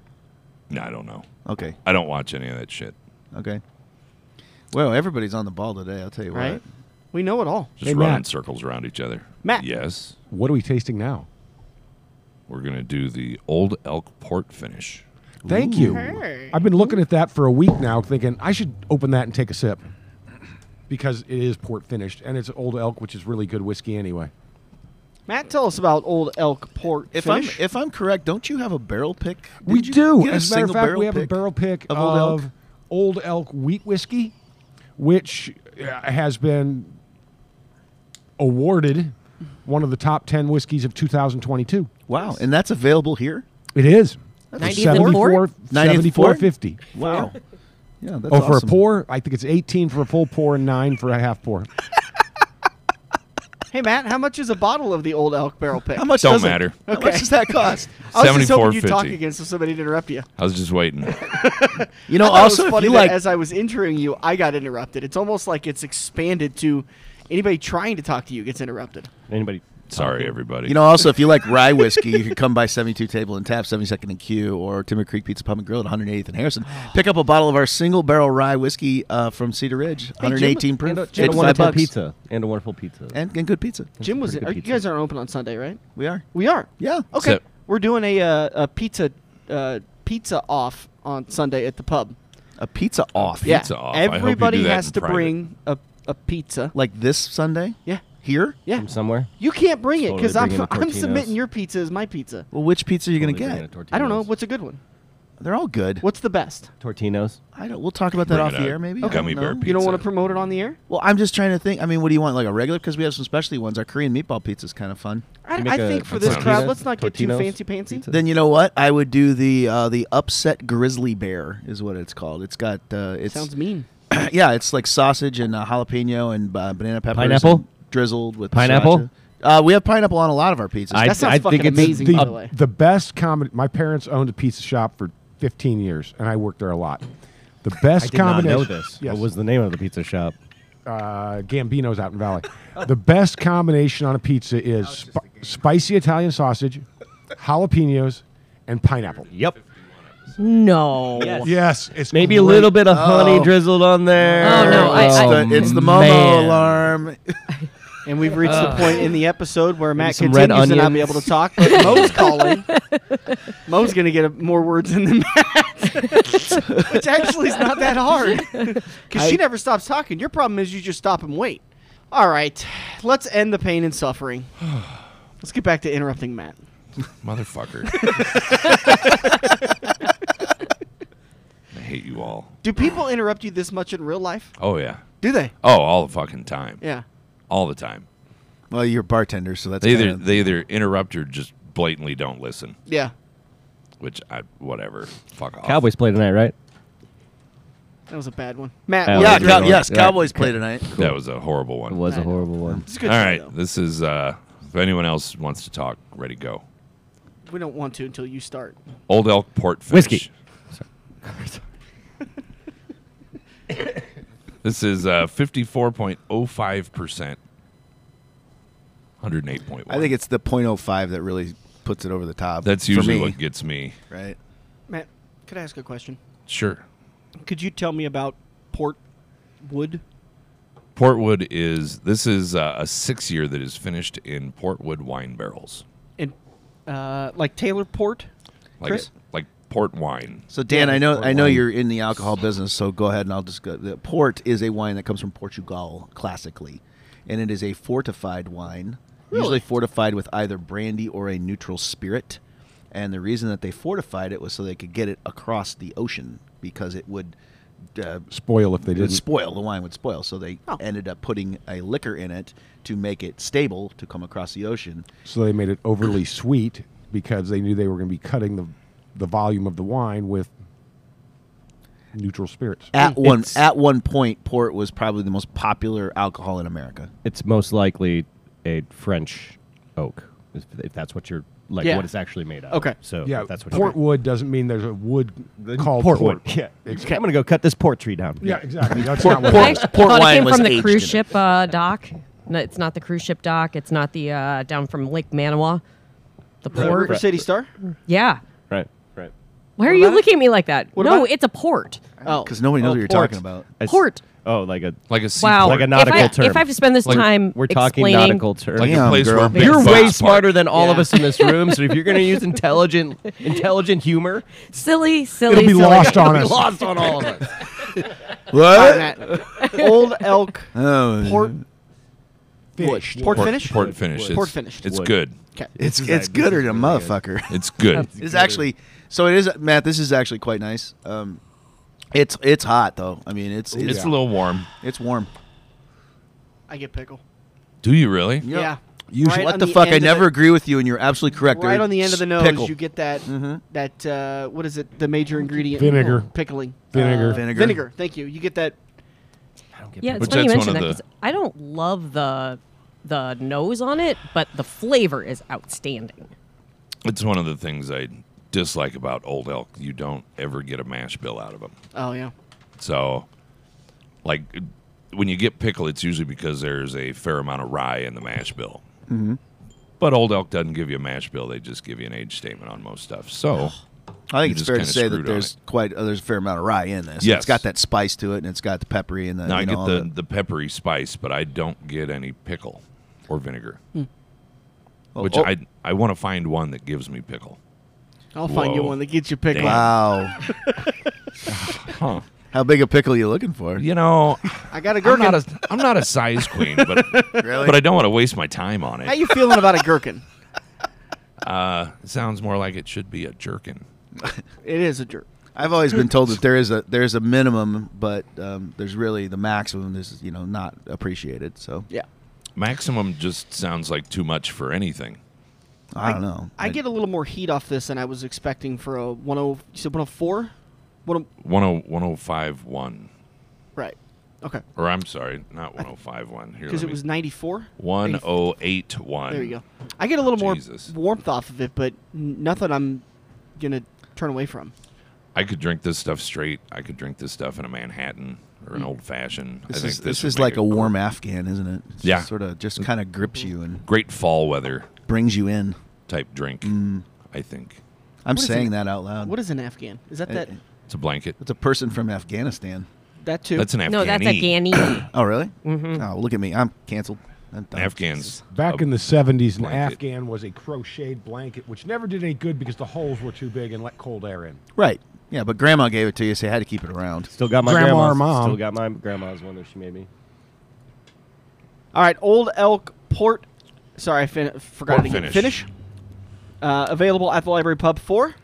Speaker 5: No, I don't know.
Speaker 3: Okay.
Speaker 5: I don't watch any of that shit.
Speaker 3: Okay. Well, everybody's on the ball today. I'll tell you
Speaker 1: Right?
Speaker 3: what.
Speaker 1: We know it all.
Speaker 5: Just
Speaker 2: Hey,
Speaker 5: running
Speaker 2: Matt.
Speaker 5: circles around each other.
Speaker 1: Matt.
Speaker 5: Yes.
Speaker 2: What are we tasting now?
Speaker 5: We're going to do the old elk port finish.
Speaker 2: Thank you. I've been looking at that for a week now, thinking I should open that and take a sip because it is port finished and it's old elk, which is really good whiskey anyway.
Speaker 1: Matt, tell us about Old Elk Port.
Speaker 3: If
Speaker 1: finish.
Speaker 3: I'm if I'm correct, don't you have a barrel pick? Did
Speaker 2: we
Speaker 3: you
Speaker 2: do.
Speaker 3: get
Speaker 2: As a matter of
Speaker 3: single
Speaker 2: fact, we have a
Speaker 3: pick
Speaker 2: barrel pick
Speaker 3: of old elk.
Speaker 2: old elk wheat whiskey, which uh, has been awarded one of the top 10 whiskeys of 2022.
Speaker 3: Wow, and that's available here.
Speaker 2: It is.
Speaker 6: 90th and fourth?
Speaker 3: 94?
Speaker 2: 74.50.
Speaker 3: Wow. yeah, that's
Speaker 2: Oh, for
Speaker 3: awesome.
Speaker 2: a pour, I think it's 18 for a full pour and 9 for a half pour.
Speaker 1: hey, Matt, how much is a bottle of the Old Elk Barrel Pick?
Speaker 3: How much
Speaker 5: Don't
Speaker 3: does it-
Speaker 5: matter.
Speaker 3: How much does that cost?
Speaker 1: I was just hoping you'd
Speaker 5: 74.50.
Speaker 1: talk again so somebody didn't interrupt you.
Speaker 5: I was just waiting.
Speaker 3: You know,
Speaker 1: I thought
Speaker 3: also
Speaker 1: it was
Speaker 3: if
Speaker 1: funny
Speaker 3: you
Speaker 1: that
Speaker 3: like
Speaker 1: as I was entering you, I got interrupted. It's almost like it's expanded to anybody trying to talk to you gets interrupted.
Speaker 4: Anybody?
Speaker 5: Sorry, everybody.
Speaker 3: You know, also if you like rye whiskey, you can come by 72 Table and Tap, 72nd and Q, or Timber Creek Pizza Pub and Grill at 108th and Harrison.
Speaker 1: Oh.
Speaker 3: Pick up a bottle of our single barrel rye whiskey uh, from Cedar Ridge, 118 proof,
Speaker 4: And a, and a
Speaker 3: 55
Speaker 4: wonderful
Speaker 3: bucks,
Speaker 4: pizza. And a wonderful pizza.
Speaker 3: and, and good pizza.
Speaker 1: Jim was.
Speaker 4: pretty
Speaker 1: Are,
Speaker 4: good
Speaker 1: you
Speaker 4: pizza.
Speaker 1: guys aren't open on Sunday, right?
Speaker 3: We are.
Speaker 1: We are.
Speaker 3: Yeah.
Speaker 1: Okay.
Speaker 5: Except-
Speaker 1: We're doing a uh, a pizza uh, pizza off on Sunday at the pub.
Speaker 3: A pizza off.
Speaker 1: Yeah.
Speaker 5: Pizza off. I hope you
Speaker 1: Everybody
Speaker 5: do that
Speaker 1: has
Speaker 5: in
Speaker 1: to
Speaker 5: private.
Speaker 1: bring a, a pizza.
Speaker 3: Like this Sunday?
Speaker 1: Yeah.
Speaker 3: Here?
Speaker 1: Yeah.
Speaker 4: From somewhere.
Speaker 1: You can't bring it because
Speaker 4: Totally bringing
Speaker 1: I'm
Speaker 4: the
Speaker 1: I'm
Speaker 4: Tortinos.
Speaker 1: submitting your pizza as my pizza.
Speaker 3: Well, which pizza are you going to
Speaker 4: Totally bringing
Speaker 3: get?
Speaker 4: a
Speaker 1: I don't know
Speaker 4: Tortinos.
Speaker 1: what's a good one.
Speaker 3: They're all good.
Speaker 1: What's the best?
Speaker 4: Tortinos?
Speaker 3: I don't, we'll talk about that
Speaker 5: Bring
Speaker 3: off
Speaker 5: it
Speaker 3: the
Speaker 5: out.
Speaker 3: air, maybe.
Speaker 5: Okay.
Speaker 3: I don't
Speaker 5: Gummy
Speaker 3: know.
Speaker 5: bear pizza.
Speaker 1: You don't want to promote it on the air?
Speaker 3: Well, I'm just trying to think. I mean, what do you want? Like a regular? Because we have some specialty ones. Our Korean meatball pizza is kind of fun.
Speaker 1: I,
Speaker 4: You
Speaker 1: I
Speaker 4: make a-
Speaker 1: think for
Speaker 4: a
Speaker 1: this
Speaker 5: Tortinos-
Speaker 1: crowd, let's not get too
Speaker 4: Tortinos
Speaker 1: fancy pantsy.
Speaker 4: pizza?
Speaker 3: Then you know what? I would do the uh, the upset grizzly bear is what it's called. It's got uh, it's
Speaker 1: Sounds mean.
Speaker 3: yeah, it's like sausage and uh, jalapeno and uh, banana peppers.
Speaker 4: Pineapple?
Speaker 3: and drizzled with
Speaker 4: Pineapple?
Speaker 3: sriracha. Uh, we have pineapple on a lot of our pizzas.
Speaker 4: I-
Speaker 1: That sounds
Speaker 4: I
Speaker 1: fucking
Speaker 4: think it's
Speaker 1: amazing,
Speaker 2: the,
Speaker 1: by the way.
Speaker 2: the best comedy. My parents owned a pizza shop for 15 years, and I worked there a lot. The best
Speaker 4: I did not
Speaker 2: combination.
Speaker 4: know this.
Speaker 2: Yes.
Speaker 4: What was the name of the pizza shop?
Speaker 2: uh, Gambino's out in Valley.
Speaker 4: Oh.
Speaker 2: the best combination on a pizza is sp- spicy Italian sausage, jalapenos, and pineapple.
Speaker 4: Yep.
Speaker 6: No.
Speaker 2: Yes, it's
Speaker 4: Maybe a
Speaker 2: great.
Speaker 4: little bit of honey
Speaker 3: Oh.
Speaker 4: drizzled on there.
Speaker 6: Oh, no, I-
Speaker 3: it's,
Speaker 6: I-
Speaker 3: the, it's the Momo
Speaker 4: man.
Speaker 3: alarm.
Speaker 1: And we've reached the point in the episode where Matt
Speaker 4: Uh. some
Speaker 1: continues
Speaker 4: red
Speaker 1: to not be
Speaker 4: onions.
Speaker 1: able to talk, but Mo's calling. Mo's going to get a, more words in than Matt, which actually is not that hard because she never stops talking. Your problem is you just stop and wait. All right, let's end the pain and suffering. Let's get back to interrupting Matt.
Speaker 5: Motherfucker. I hate you all.
Speaker 1: Do people interrupt you this much in real life?
Speaker 5: Oh, yeah.
Speaker 1: Do they?
Speaker 5: Oh, all the fucking time.
Speaker 1: Yeah.
Speaker 5: All the time.
Speaker 3: well, you're bartenders, so that's
Speaker 5: They either
Speaker 3: kinda-
Speaker 5: they either interrupt or just blatantly don't listen,
Speaker 1: Yeah.
Speaker 5: which I whatever. Fuck off.
Speaker 4: Cowboys play tonight, right?
Speaker 1: That was a bad one. Matt,
Speaker 4: Yeah,
Speaker 1: what
Speaker 3: yeah,
Speaker 1: did you-
Speaker 3: cow-
Speaker 4: Cool.
Speaker 3: yes,
Speaker 4: Yeah.
Speaker 3: Cowboys play tonight.
Speaker 5: That was a horrible one.
Speaker 4: It was
Speaker 1: I
Speaker 4: a
Speaker 1: know.
Speaker 4: horrible one.
Speaker 1: it's a
Speaker 5: All
Speaker 1: good show,
Speaker 5: right.
Speaker 1: though.
Speaker 5: This is uh if anyone else wants to talk, ready go.
Speaker 1: We don't want to until you start.
Speaker 5: Old Elk Port Finish.
Speaker 4: Whiskey.
Speaker 5: this is uh, 54.05%. 108.1.
Speaker 3: I think it's the .05 that really puts it over the top.
Speaker 5: That's
Speaker 3: for
Speaker 5: usually
Speaker 3: me,
Speaker 5: what gets me.
Speaker 3: right.
Speaker 1: Matt, could I ask a question?
Speaker 5: Sure.
Speaker 1: Could you tell me about Port Wood?
Speaker 5: Portwood is this is uh, a six year that is finished in Portwood wine barrels,
Speaker 1: and uh, like Taylor Port.
Speaker 5: like
Speaker 1: Chris?
Speaker 5: like port wine.
Speaker 3: So Dan,
Speaker 1: Yeah,
Speaker 3: I know
Speaker 4: port
Speaker 3: I know
Speaker 4: wine.
Speaker 3: you're in the alcohol business, so go ahead and I'll just go. The port is a wine that comes from Portugal classically, and it is a fortified wine, usually fortified with either brandy or a neutral spirit. And the reason that they fortified it was so they could get it across the ocean because it would uh,
Speaker 2: spoil if they
Speaker 3: it would
Speaker 2: didn't.
Speaker 3: spoil. The wine would spoil, so they
Speaker 1: Oh.
Speaker 3: ended up putting a liquor in it to make it stable to come across the ocean.
Speaker 2: so they made it overly sweet because they knew they were going to be cutting the the volume of the wine with neutral spirits.
Speaker 3: At one
Speaker 4: It's-
Speaker 3: at one point, port was probably the most popular alcohol in America.
Speaker 4: It's most likely a French oak, if- if that's what you're like.
Speaker 1: Yeah.
Speaker 4: What it's actually made of.
Speaker 1: Okay.
Speaker 4: So
Speaker 2: yeah,
Speaker 4: if Oh, that's what
Speaker 2: port
Speaker 4: you're
Speaker 2: wood doesn't mean there's a wood called port.
Speaker 4: Portwood. Yeah. I'm gonna go cut this port tree down.
Speaker 2: Yeah, exactly. That's
Speaker 3: Port-
Speaker 2: not what
Speaker 3: port-
Speaker 6: I
Speaker 2: it is.
Speaker 6: actually
Speaker 3: port
Speaker 6: thought
Speaker 3: wine
Speaker 6: it came
Speaker 3: was
Speaker 6: from the
Speaker 3: aged
Speaker 6: cruise
Speaker 3: in it.
Speaker 6: ship uh, dock. No, it's not the cruise ship dock. It's not the uh, down from Lake Manawa.
Speaker 1: The
Speaker 6: The port.
Speaker 2: Uh-huh.
Speaker 1: River City Star.
Speaker 6: Yeah.
Speaker 4: Right. Right.
Speaker 6: Why are you
Speaker 1: about it?
Speaker 6: looking at me like that?
Speaker 1: What
Speaker 6: no,
Speaker 1: about it?
Speaker 6: it's a port.
Speaker 1: Oh,
Speaker 3: because nobody knows
Speaker 1: Oh,
Speaker 3: what you're
Speaker 1: port.
Speaker 3: talking about.
Speaker 4: It's-
Speaker 6: Port.
Speaker 4: Oh, like a
Speaker 5: Like a sea
Speaker 6: Wow.
Speaker 4: Like
Speaker 5: port.
Speaker 4: a
Speaker 6: if I,
Speaker 4: nautical term.
Speaker 6: If I have to spend this
Speaker 5: Like,
Speaker 6: time
Speaker 4: We're talking
Speaker 6: explaining,
Speaker 4: nautical terms.
Speaker 5: Like
Speaker 3: Damn,
Speaker 5: a place
Speaker 3: girl.
Speaker 5: where big
Speaker 4: You're
Speaker 5: bugs
Speaker 4: way
Speaker 5: park.
Speaker 4: smarter than all of
Speaker 1: Yeah.
Speaker 4: us in this room. So if you're going to use intelligent, intelligent humor,
Speaker 6: silly, silly,
Speaker 2: It'll be
Speaker 6: silly.
Speaker 2: lost on
Speaker 4: you're
Speaker 2: us.
Speaker 4: lost on all of us.
Speaker 1: Fine,
Speaker 3: What?
Speaker 1: Matt. Old elk
Speaker 3: Oh,
Speaker 1: port
Speaker 2: Fish.
Speaker 1: port
Speaker 5: Port
Speaker 1: finish.
Speaker 5: Port finish. It's,
Speaker 1: Port finished.
Speaker 5: It's
Speaker 4: Wood.
Speaker 5: good.
Speaker 1: Okay.
Speaker 3: It's
Speaker 4: This is
Speaker 3: it's
Speaker 4: ac-
Speaker 3: good
Speaker 4: this
Speaker 3: or
Speaker 4: is
Speaker 3: a
Speaker 4: really good.
Speaker 3: motherfucker.
Speaker 5: It's good.
Speaker 3: It's actually so it is Matt. This is actually quite nice. Um, it's it's hot though. I mean it's it's
Speaker 5: It's a little warm.
Speaker 3: it's warm.
Speaker 1: I get pickle.
Speaker 5: Do you really?
Speaker 3: Yeah.
Speaker 1: Yeah.
Speaker 3: You
Speaker 1: Right
Speaker 3: what
Speaker 1: on
Speaker 3: the, fuck?
Speaker 1: end
Speaker 3: I
Speaker 1: of
Speaker 3: never
Speaker 1: the-
Speaker 3: agree with you, and you're absolutely correct.
Speaker 1: Right
Speaker 3: There
Speaker 1: on the end of
Speaker 3: is
Speaker 1: the nose,
Speaker 3: pickle. Mm-hmm.
Speaker 1: you get that that uh, what is it? The major ingredient
Speaker 2: Vinegar.
Speaker 1: pickling
Speaker 2: Vinegar.
Speaker 1: Uh,
Speaker 3: Vinegar.
Speaker 1: vinegar. Thank you. You get that.
Speaker 6: Yeah, it's
Speaker 5: Which
Speaker 6: funny you
Speaker 5: that's
Speaker 6: mention that
Speaker 5: one of
Speaker 6: 'cause
Speaker 5: the-
Speaker 6: I don't love the the nose on it, but the flavor is outstanding.
Speaker 5: It's one of the things I dislike about old elk. You don't ever get a mash bill out of them.
Speaker 1: Oh yeah.
Speaker 5: So, like, when you get pickle, it's usually because there's a fair amount of rye in the mash bill. Mm-hmm. But Old Elk doesn't give you a mash bill; they just give you an age statement on most stuff. So,
Speaker 3: I
Speaker 5: You're
Speaker 3: think it's
Speaker 5: just
Speaker 3: fair to
Speaker 5: kinda
Speaker 3: say
Speaker 5: screwed
Speaker 3: that
Speaker 5: on
Speaker 3: there's quite uh, there's a fair amount of rye in this.
Speaker 5: Yes.
Speaker 3: It's got that spice to it, and it's got the peppery and the.
Speaker 5: now I
Speaker 3: you know,
Speaker 5: get
Speaker 3: all
Speaker 5: the, the peppery spice, but I don't get any pickle or vinegar,
Speaker 3: Oh,
Speaker 5: which
Speaker 3: oh,
Speaker 5: I I want to find one that gives me pickle.
Speaker 1: I'll find you
Speaker 5: Whoa.
Speaker 1: one that gets you pickle.
Speaker 3: Wow.
Speaker 5: Damn.
Speaker 3: How big a pickle you looking for?
Speaker 5: You know,
Speaker 1: I got a
Speaker 5: I'm
Speaker 1: gherkin.
Speaker 5: not a I'm not a size queen, but
Speaker 3: Really?
Speaker 5: but I don't want to waste my time on
Speaker 1: How
Speaker 5: it.
Speaker 1: you feeling about a gherkin?
Speaker 5: Uh, sounds more like it should be a jerkin.
Speaker 1: It is a jerk.
Speaker 3: I've always been told that there is a there's a minimum, but um, there's really the maximum. Is you know not appreciated. So
Speaker 1: Yeah.
Speaker 5: Maximum just sounds like too much for anything.
Speaker 3: I don't know.
Speaker 1: I get a little more heat off this than I was expecting for a 10. You said 104? One, oh,
Speaker 5: 10- 1051.
Speaker 1: right. Okay.
Speaker 5: Or I'm sorry, not 1051. Here,
Speaker 1: Because
Speaker 5: let
Speaker 1: it
Speaker 5: me-
Speaker 1: was 94?
Speaker 5: 1081.
Speaker 1: There you go. I get a little more
Speaker 5: Jesus.
Speaker 1: warmth off of it, but n- nothing I'm going to turn away from.
Speaker 5: I could drink this stuff straight. I could drink this stuff in a Manhattan or
Speaker 1: Mm.
Speaker 5: an old fashioned.
Speaker 3: This
Speaker 5: I think
Speaker 3: is this
Speaker 5: would
Speaker 3: is
Speaker 5: make
Speaker 3: like a warm
Speaker 5: gr-
Speaker 3: Afghan, isn't it? It's
Speaker 5: Yeah.
Speaker 3: Sort of just kind of
Speaker 1: Mhm.
Speaker 3: grips you and
Speaker 5: great fall weather
Speaker 3: brings you in.
Speaker 5: type drink.
Speaker 3: Mm.
Speaker 5: I think
Speaker 3: I'm
Speaker 1: What is
Speaker 3: saying
Speaker 1: an-
Speaker 3: that out loud.
Speaker 1: What is an Afghan? Is that that?
Speaker 3: Um, Uh,
Speaker 5: it's a blanket.
Speaker 3: It's a person from Afghanistan.
Speaker 1: That too?
Speaker 5: That's an Afghani.
Speaker 6: No, that's a Ghani.
Speaker 3: Oh, really? Mm-hmm. Oh, look at me. I'm canceled. I'm done.
Speaker 5: Afghans.
Speaker 2: Back
Speaker 5: a
Speaker 2: in the 70s, an
Speaker 5: blanket.
Speaker 2: Afghan was a crocheted blanket, which never did any good because the holes were too big and let cold air in.
Speaker 3: Right. Yeah, but grandma gave it to you, so you had to keep it around.
Speaker 4: Still got my
Speaker 2: Grandma or
Speaker 4: grandma's.
Speaker 2: mom.
Speaker 4: Still got my grandma's one that she made me.
Speaker 1: All right. Old Elk Port. Sorry, I fin- forgot
Speaker 5: Port
Speaker 1: to get
Speaker 5: finish.
Speaker 1: finish. Uh, available at the Library Pub for.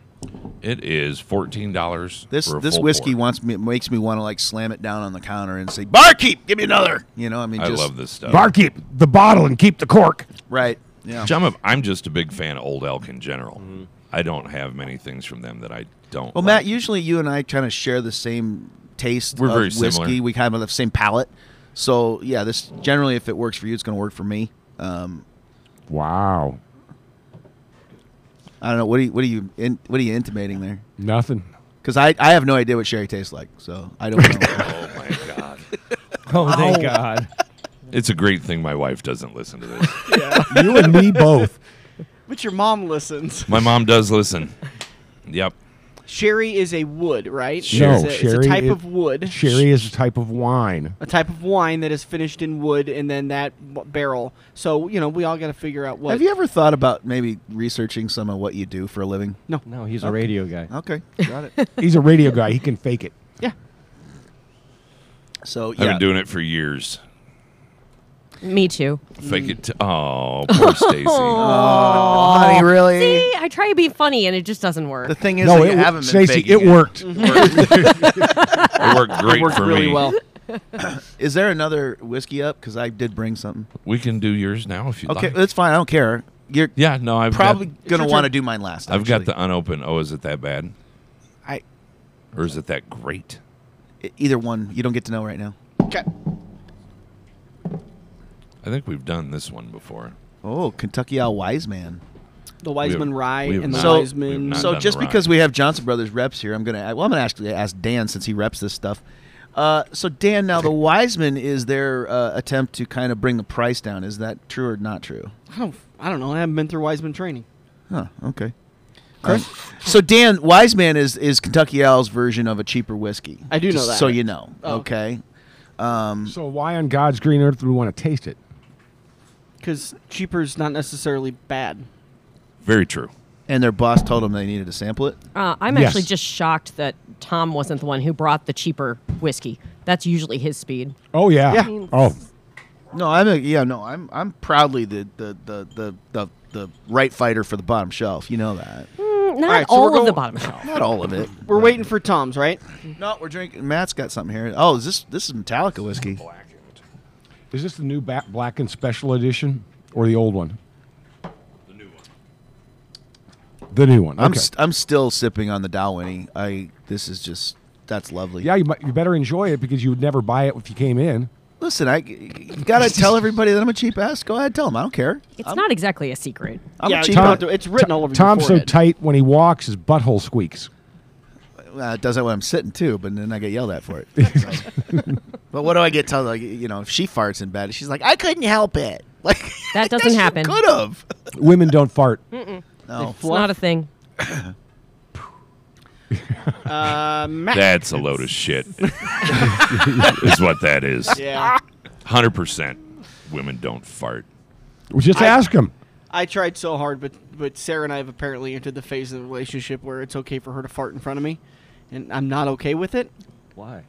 Speaker 5: It is fourteen dollars.
Speaker 3: This
Speaker 5: for a
Speaker 3: this
Speaker 5: full
Speaker 3: whiskey
Speaker 5: pour.
Speaker 3: wants me makes me want to like slam it down on the counter and say, "Barkeep, give me another." You know, I mean,
Speaker 5: I
Speaker 3: just,
Speaker 5: love this stuff.
Speaker 2: Uh, Barkeep the bottle and keep the cork.
Speaker 3: Right. Yeah.
Speaker 5: Which I'm, a, I'm just a big fan of Old Elk in general. I don't have many things from them that I don't.
Speaker 3: Well, Matt,
Speaker 5: like.
Speaker 3: usually you and I kind of share the same taste
Speaker 5: We're
Speaker 3: of
Speaker 5: very
Speaker 3: whiskey.
Speaker 5: similar.
Speaker 3: We kind of have the same palate. So yeah, this generally, if it works for you, it's going to work for me. Um,
Speaker 2: Wow.
Speaker 3: I don't know. What are you? What are you? In, what are you intimating there?
Speaker 2: Nothing.
Speaker 3: Because I, I have no idea what sherry tastes like, so I don't know.
Speaker 5: oh my god,
Speaker 4: Oh, thank God.
Speaker 5: it's a great thing my wife doesn't listen to this.
Speaker 2: You and me both.
Speaker 1: But your mom listens.
Speaker 5: my mom does listen. Yep.
Speaker 1: Sherry is a wood, right?
Speaker 2: No,
Speaker 1: it's a, it's a
Speaker 2: sherry
Speaker 1: type
Speaker 2: is-
Speaker 1: of wood.
Speaker 2: Sherry is a type of wine.
Speaker 1: a type of wine that is finished in wood and then that w- barrel. So you know, we all got to figure out what.
Speaker 3: have you ever thought about maybe researching some of what you do for a living?
Speaker 4: No, he's a radio guy.
Speaker 3: Okay, got it.
Speaker 2: He's a radio guy. He can fake it.
Speaker 1: Yeah.
Speaker 3: so yeah,
Speaker 5: I've been doing it for years.
Speaker 6: me too.
Speaker 5: Fake it. T- oh, poor Stacy.
Speaker 3: Oh, honey, really?
Speaker 6: See, I try to be funny and it just doesn't work.
Speaker 3: The thing is,
Speaker 2: no,
Speaker 3: that
Speaker 2: it
Speaker 3: you
Speaker 2: wo-
Speaker 3: haven't been
Speaker 2: Stacey,
Speaker 3: faking
Speaker 2: it worked.
Speaker 5: It worked great
Speaker 1: worked
Speaker 5: for
Speaker 1: really
Speaker 5: me.
Speaker 1: well?
Speaker 3: Is there another whiskey up? Because I did bring something.
Speaker 5: We can do yours now if you
Speaker 3: Okay,
Speaker 5: like.
Speaker 3: that's fine. I don't care. You're
Speaker 5: yeah, no, I've
Speaker 3: probably
Speaker 5: Got,
Speaker 3: going to want to do mine last.
Speaker 5: I've got
Speaker 3: actually.
Speaker 5: the unopened. Oh, is it that bad?
Speaker 3: I
Speaker 5: Or is it that great?
Speaker 3: e- either one. You don't get to know right now.
Speaker 1: Okay.
Speaker 5: I think we've done this one before.
Speaker 3: Oh, Kentucky Owl Wise Man.
Speaker 1: The Wiseman Rye
Speaker 5: we have
Speaker 1: and the
Speaker 5: not-
Speaker 3: So-
Speaker 1: Wiseman.
Speaker 5: we have not
Speaker 3: so
Speaker 5: done
Speaker 3: just
Speaker 5: the rhyme.
Speaker 3: because we have Johnson Brothers reps here, I'm gonna well, I'm gonna actually ask Dan since he reps this stuff. Uh, so Dan, now the Wiseman is their uh, attempt to kind of bring the price down. Is that true or not true?
Speaker 1: I don't. I don't know. I haven't been through Wiseman training.
Speaker 3: Huh. Oh, Okay. Um,
Speaker 1: Chris?
Speaker 3: So Dan Wiseman is is Kentucky Owl's version of a cheaper whiskey.
Speaker 1: I do know
Speaker 3: Just
Speaker 1: that.
Speaker 3: So you know.
Speaker 1: Oh.
Speaker 3: Okay.
Speaker 2: So why on God's green earth do we want to taste it?
Speaker 1: Because cheaper is not necessarily bad.
Speaker 5: Very true.
Speaker 3: And their boss told them they needed to sample it.
Speaker 6: Uh, I'm
Speaker 2: Yes.
Speaker 6: actually just shocked that Tom wasn't the one who brought the cheaper whiskey. That's usually his speed.
Speaker 2: Oh yeah.
Speaker 1: Yeah.
Speaker 2: Oh,
Speaker 3: No, I'm a, yeah, no, I'm I'm proudly the the, the the the the right fighter for the bottom shelf. You know that.
Speaker 6: Not all,
Speaker 1: right, so we're
Speaker 6: of the
Speaker 1: going-
Speaker 6: bottom shelf.
Speaker 3: Not all of it.
Speaker 1: We're waiting for Tom's, right?
Speaker 3: No, we're drinking. Matt's got something here. Oh, is this this is Metallica
Speaker 1: Oh,
Speaker 3: whiskey?
Speaker 2: is this the new ba- black and special edition or the old one? The new one.
Speaker 3: I'm
Speaker 2: okay.
Speaker 3: st- I'm still sipping on the Dalwhinnie. I this is just that's lovely.
Speaker 2: yeah, you, might, you better enjoy it because you would never buy it if you came in.
Speaker 3: Listen, I you gotta tell everybody that I'm a cheap ass. Go ahead, tell them. I don't care.
Speaker 6: It's not exactly a secret.
Speaker 3: I'm
Speaker 1: yeah,
Speaker 3: a
Speaker 1: you
Speaker 3: cheap.
Speaker 1: don't
Speaker 2: Tom-
Speaker 1: have to- it's written all over
Speaker 2: Tom's
Speaker 1: your
Speaker 2: so
Speaker 1: forehead.
Speaker 2: tight when he walks, his butthole squeaks.
Speaker 3: uh, it does that when I'm sitting too, but then I get yelled at for it. but what do I get told? Like you know, if she farts in bed, she's like, I couldn't help it. Like
Speaker 6: That doesn't happen.
Speaker 3: Could have.
Speaker 2: Women don't fart.
Speaker 1: Mm.
Speaker 3: No.
Speaker 6: It's not a thing.
Speaker 1: uh, Matt.
Speaker 5: That's a load of shit. is what that is.
Speaker 1: Yeah.
Speaker 2: Ah!
Speaker 5: Hundred percent. Women don't fart.
Speaker 2: Just
Speaker 1: I-
Speaker 2: ask him.
Speaker 1: I tried so hard, but but Sarah and I have apparently entered the phase of the relationship where it's okay for her to fart in front of me, and I'm not okay with it.
Speaker 4: Why?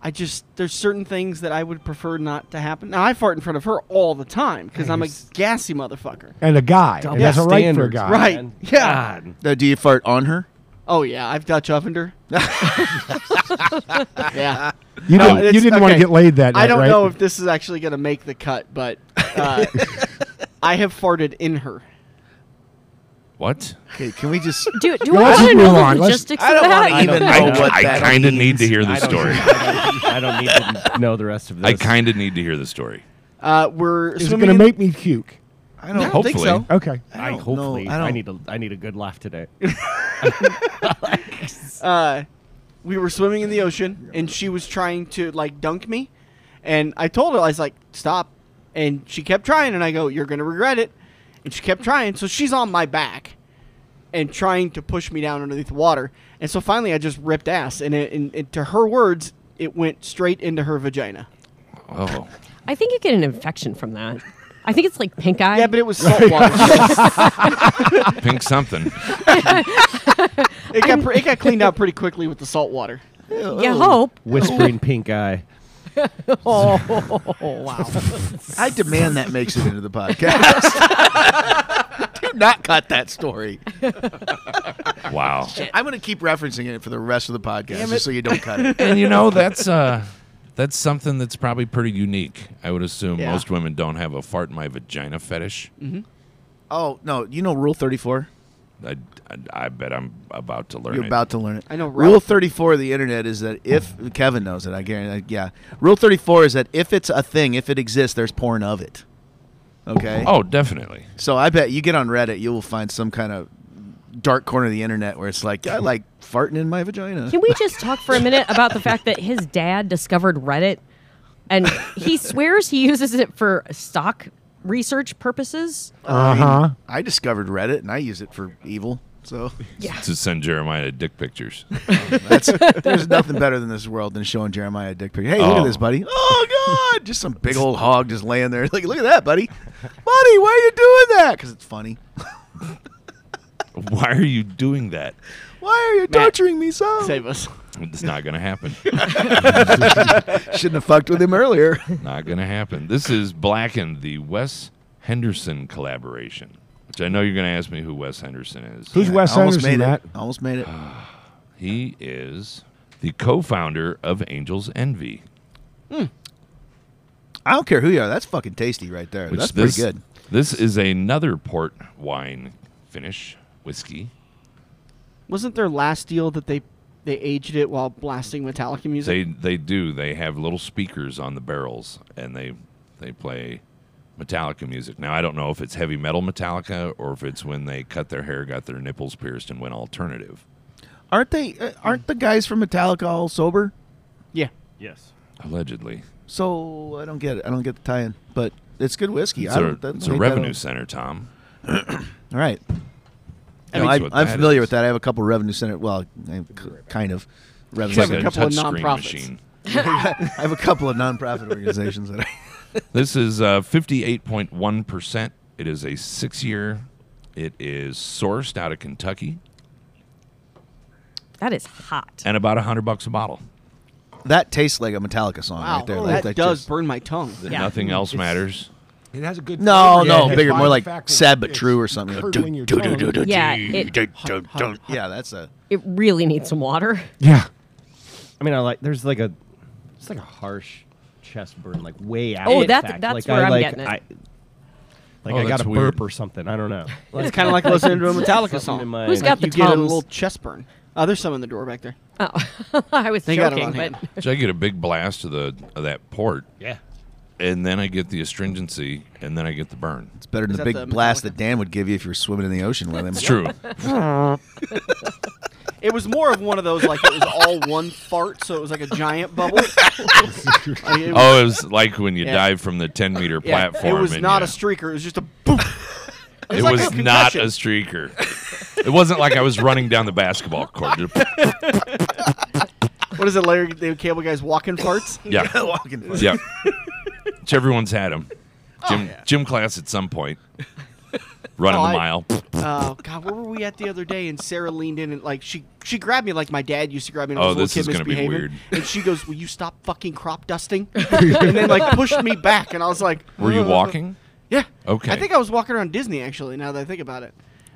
Speaker 1: I just there's certain things that I would prefer not to happen. Now I fart in front of her all the time because I'm a gassy motherfucker.
Speaker 2: And a guy.
Speaker 4: Double
Speaker 2: And that's all right for a
Speaker 4: standards,
Speaker 2: guy.
Speaker 1: Right?
Speaker 4: man.
Speaker 1: Yeah.
Speaker 3: Now, Uh, do you fart on her?
Speaker 1: Oh yeah, I've Dutch ovened her. yeah.
Speaker 2: You
Speaker 1: No,
Speaker 2: didn't, you
Speaker 1: it's-
Speaker 2: didn't want to
Speaker 1: okay.
Speaker 2: get laid that night,
Speaker 1: I don't
Speaker 2: right?
Speaker 1: know if this is actually gonna make the cut, but uh, I have farted in her.
Speaker 5: What?
Speaker 3: Okay, can we just?
Speaker 6: Do, do
Speaker 2: Well,
Speaker 6: I
Speaker 2: let's
Speaker 6: want to
Speaker 2: just
Speaker 6: know
Speaker 2: move
Speaker 6: the
Speaker 2: on. Let's-
Speaker 6: logistics
Speaker 3: I
Speaker 6: of
Speaker 3: don't
Speaker 6: that?
Speaker 3: wanna
Speaker 6: I
Speaker 3: even
Speaker 6: don't-
Speaker 3: know
Speaker 5: I,
Speaker 3: what
Speaker 5: I
Speaker 3: that
Speaker 5: kind of need
Speaker 3: means.
Speaker 5: to hear the
Speaker 4: I don't,
Speaker 5: story.
Speaker 4: I, don't, I don't need to know the rest of this.
Speaker 5: I kind of need to hear the story.
Speaker 1: Uh, we're
Speaker 2: Is it
Speaker 1: swimming.
Speaker 2: going to
Speaker 1: in-
Speaker 2: make me puke?
Speaker 3: I don't think
Speaker 5: Hopefully.
Speaker 3: so.
Speaker 2: Okay.
Speaker 4: I,
Speaker 3: don't
Speaker 4: hopefully.
Speaker 3: know. I
Speaker 4: I,
Speaker 3: don't-
Speaker 4: need a. I need a good laugh today.
Speaker 1: uh, we were swimming in the ocean and she was trying to like dunk me and i told her i was like stop and she kept trying and i go you're gonna regret it and she kept trying so she's on my back and trying to push me down underneath the water and so finally i just ripped ass and, it, and, and to her words it went straight into her vagina
Speaker 5: Oh,
Speaker 6: I think you get an infection from that. I think it's like pink eye.
Speaker 1: yeah but it was salt water
Speaker 5: pink something.
Speaker 1: it got pre- it got cleaned out pretty quickly with the salt water
Speaker 6: you hope.
Speaker 4: Whispering pink eye.
Speaker 6: Oh, wow.
Speaker 3: I demand that makes it into the podcast. do not cut that story.
Speaker 5: Wow.
Speaker 3: I'm going to keep referencing it for the rest of the podcast,
Speaker 1: it.
Speaker 3: just so you don't cut it.
Speaker 5: And you know that's uh, that's something that's probably pretty unique. I would assume
Speaker 1: Yeah.
Speaker 5: most women don't have a fart in my vagina fetish.
Speaker 3: Oh no, you know Rule 34.
Speaker 5: I, I, I bet I'm about to
Speaker 3: Mm-hmm.
Speaker 5: learn.
Speaker 3: You're
Speaker 5: it.
Speaker 3: about to learn it.
Speaker 1: I know
Speaker 3: Rule
Speaker 1: Ralph-
Speaker 3: 34 of the internet is that if Kevin knows it, I guarantee. Yeah, Rule 34 is that if it's a thing, if it exists, there's porn of it. Okay.
Speaker 5: Oh, definitely.
Speaker 3: So I bet you get on Reddit, you will find some kind of dark corner of the internet where it's like I like farting in my vagina.
Speaker 6: Can we just talk for a minute about the fact that his dad discovered Reddit and he swears he uses it for stock research purposes?
Speaker 1: Oh,
Speaker 2: Uh huh.
Speaker 3: I discovered Reddit and I use it for evil. So
Speaker 5: To send Jeremiah dick pictures.
Speaker 3: that's, there's nothing better than this world than showing Jeremiah a dick picture. Hey, look at
Speaker 5: Oh.
Speaker 3: this, buddy. Oh God, just some big old hog just laying there. Like, look at that, buddy. Buddy, why are you doing that? Because it's funny.
Speaker 5: Why are you doing that?
Speaker 3: Why are you torturing me so?
Speaker 1: save us
Speaker 5: It's not going to happen.
Speaker 3: Shouldn't have fucked with him earlier.
Speaker 5: Not going to happen. This is Blackened, the Wes Henderson collaboration, which I know you're going to ask me who Wes Henderson is.
Speaker 2: Who's Wes
Speaker 3: I almost
Speaker 2: Anderson,
Speaker 3: made
Speaker 2: Matt?
Speaker 3: it. I Almost made it.
Speaker 5: He is the co founder of Angel's Envy.
Speaker 3: I don't care who you are. That's fucking tasty right there.
Speaker 5: Which
Speaker 3: That's
Speaker 5: this,
Speaker 3: pretty good.
Speaker 5: This is another port wine finish whiskey.
Speaker 1: wasn't their last deal that they they aged it while blasting metallica music
Speaker 5: They they do. They have little speakers on the barrels, and they they play Metallica music. Now I don't know if it's heavy metal Metallica or if it's when they cut their hair, got their nipples pierced, and went alternative.
Speaker 3: Aren't they? Uh, aren't the guys from Metallica all sober?
Speaker 1: yeah
Speaker 4: Yes.
Speaker 5: Allegedly,
Speaker 3: So I don't get it. I don't get the tie-in, but it's good whiskey.
Speaker 5: it's
Speaker 3: I
Speaker 5: a,
Speaker 3: don't, that-
Speaker 5: it's a
Speaker 3: ain't that
Speaker 5: revenue
Speaker 3: old.
Speaker 5: center, Tom.
Speaker 3: All right. I
Speaker 5: That's
Speaker 3: am
Speaker 5: what
Speaker 3: I'm
Speaker 5: that
Speaker 3: familiar
Speaker 5: is.
Speaker 3: with that. I have a couple revenue center. Well, I have c- kind of
Speaker 5: It's
Speaker 3: revenue.
Speaker 1: have
Speaker 5: like
Speaker 1: a
Speaker 3: center.
Speaker 5: a
Speaker 1: couple of
Speaker 5: touchscreen
Speaker 1: nonprofits.
Speaker 5: machine.
Speaker 3: I have a couple of nonprofit organizations that. I,
Speaker 5: This is uh, 58.1%. It is a six year. It is sourced out of Kentucky
Speaker 6: That is hot.
Speaker 5: and about a 100 bucks a bottle.
Speaker 3: that tastes like a Metallica song
Speaker 1: Wow,
Speaker 3: right there.
Speaker 1: oh,
Speaker 3: Like,
Speaker 1: that, does
Speaker 3: just-
Speaker 1: burn my tongue.
Speaker 6: Yeah.
Speaker 5: Nothing else matters.
Speaker 2: It has a good.
Speaker 3: No,
Speaker 2: flavor.
Speaker 3: no,
Speaker 2: It has
Speaker 3: bigger,
Speaker 2: fine
Speaker 3: more like
Speaker 2: factor.
Speaker 3: sad but
Speaker 2: It's
Speaker 3: true or something. Like,
Speaker 2: curdling your
Speaker 3: do, do,
Speaker 2: tongue.
Speaker 3: do, do, do.
Speaker 6: Yeah, it,
Speaker 3: Yeah, that's a.
Speaker 6: it really needs some water.
Speaker 2: Yeah.
Speaker 4: I mean, I like. There's like a, it's like a harsh chest burn, like way out.
Speaker 6: Oh,
Speaker 4: in
Speaker 6: that's-
Speaker 4: fact.
Speaker 6: that's
Speaker 4: like,
Speaker 6: where
Speaker 4: I,
Speaker 6: I'm
Speaker 4: like,
Speaker 6: getting it.
Speaker 4: I, like
Speaker 5: Oh,
Speaker 4: I got
Speaker 5: that's
Speaker 4: a
Speaker 5: weird.
Speaker 4: burp or something. I don't know. Like,
Speaker 1: It's kind of like listening to a Metallica
Speaker 4: something in
Speaker 1: song.
Speaker 4: my-
Speaker 6: Who's got the
Speaker 1: you get a
Speaker 6: Tums?
Speaker 1: little chest burn. Oh, there's some in the door back there.
Speaker 6: Oh, I was
Speaker 1: They got it
Speaker 6: joking,
Speaker 1: on hand.
Speaker 6: but
Speaker 5: So I get a big blast of the of that port,
Speaker 4: yeah.
Speaker 5: and then I get the astringency, and then I get the burn.
Speaker 3: It's better than
Speaker 1: Is that
Speaker 3: the big
Speaker 1: the
Speaker 3: blast
Speaker 1: Metallica?
Speaker 3: that Dan would give you if you were swimming in the ocean with him.
Speaker 5: It's true.
Speaker 1: It was more of one of those like it was all one fart, so it was like a giant bubble. Like, it was-
Speaker 5: Oh, it was like when you
Speaker 1: Yeah.
Speaker 5: dive from the 10 meter
Speaker 1: yeah,
Speaker 5: platform.
Speaker 1: It was
Speaker 5: and
Speaker 1: not
Speaker 5: you-
Speaker 1: a streaker. It was just a boom.
Speaker 5: It
Speaker 1: like
Speaker 5: was
Speaker 1: a
Speaker 5: not a
Speaker 1: concussion.
Speaker 5: streaker. it wasn't like I was running down the basketball court. Just-
Speaker 1: What is it later? The cable guys walking farts.
Speaker 5: yeah.
Speaker 3: Walking for it.
Speaker 5: Yeah. Which everyone's had them. Gym, gym class at some point. Running
Speaker 1: Oh,
Speaker 5: the
Speaker 1: I-
Speaker 5: mile.
Speaker 1: Oh God, where were we at the other day? And Sarah leaned in and like she she grabbed me like my dad used to grab me. When I
Speaker 5: Oh,
Speaker 1: was a little
Speaker 5: this
Speaker 1: kid
Speaker 5: is gonna be
Speaker 1: misbehaving.
Speaker 5: weird.
Speaker 1: And she goes, "Will you stop fucking crop dusting?" and then like pushed me back, and I was like,
Speaker 5: Were you
Speaker 1: "Ugh."
Speaker 5: walking?
Speaker 1: Yeah.
Speaker 5: Okay.
Speaker 1: I think I was walking around Disney actually. Now that I think about it,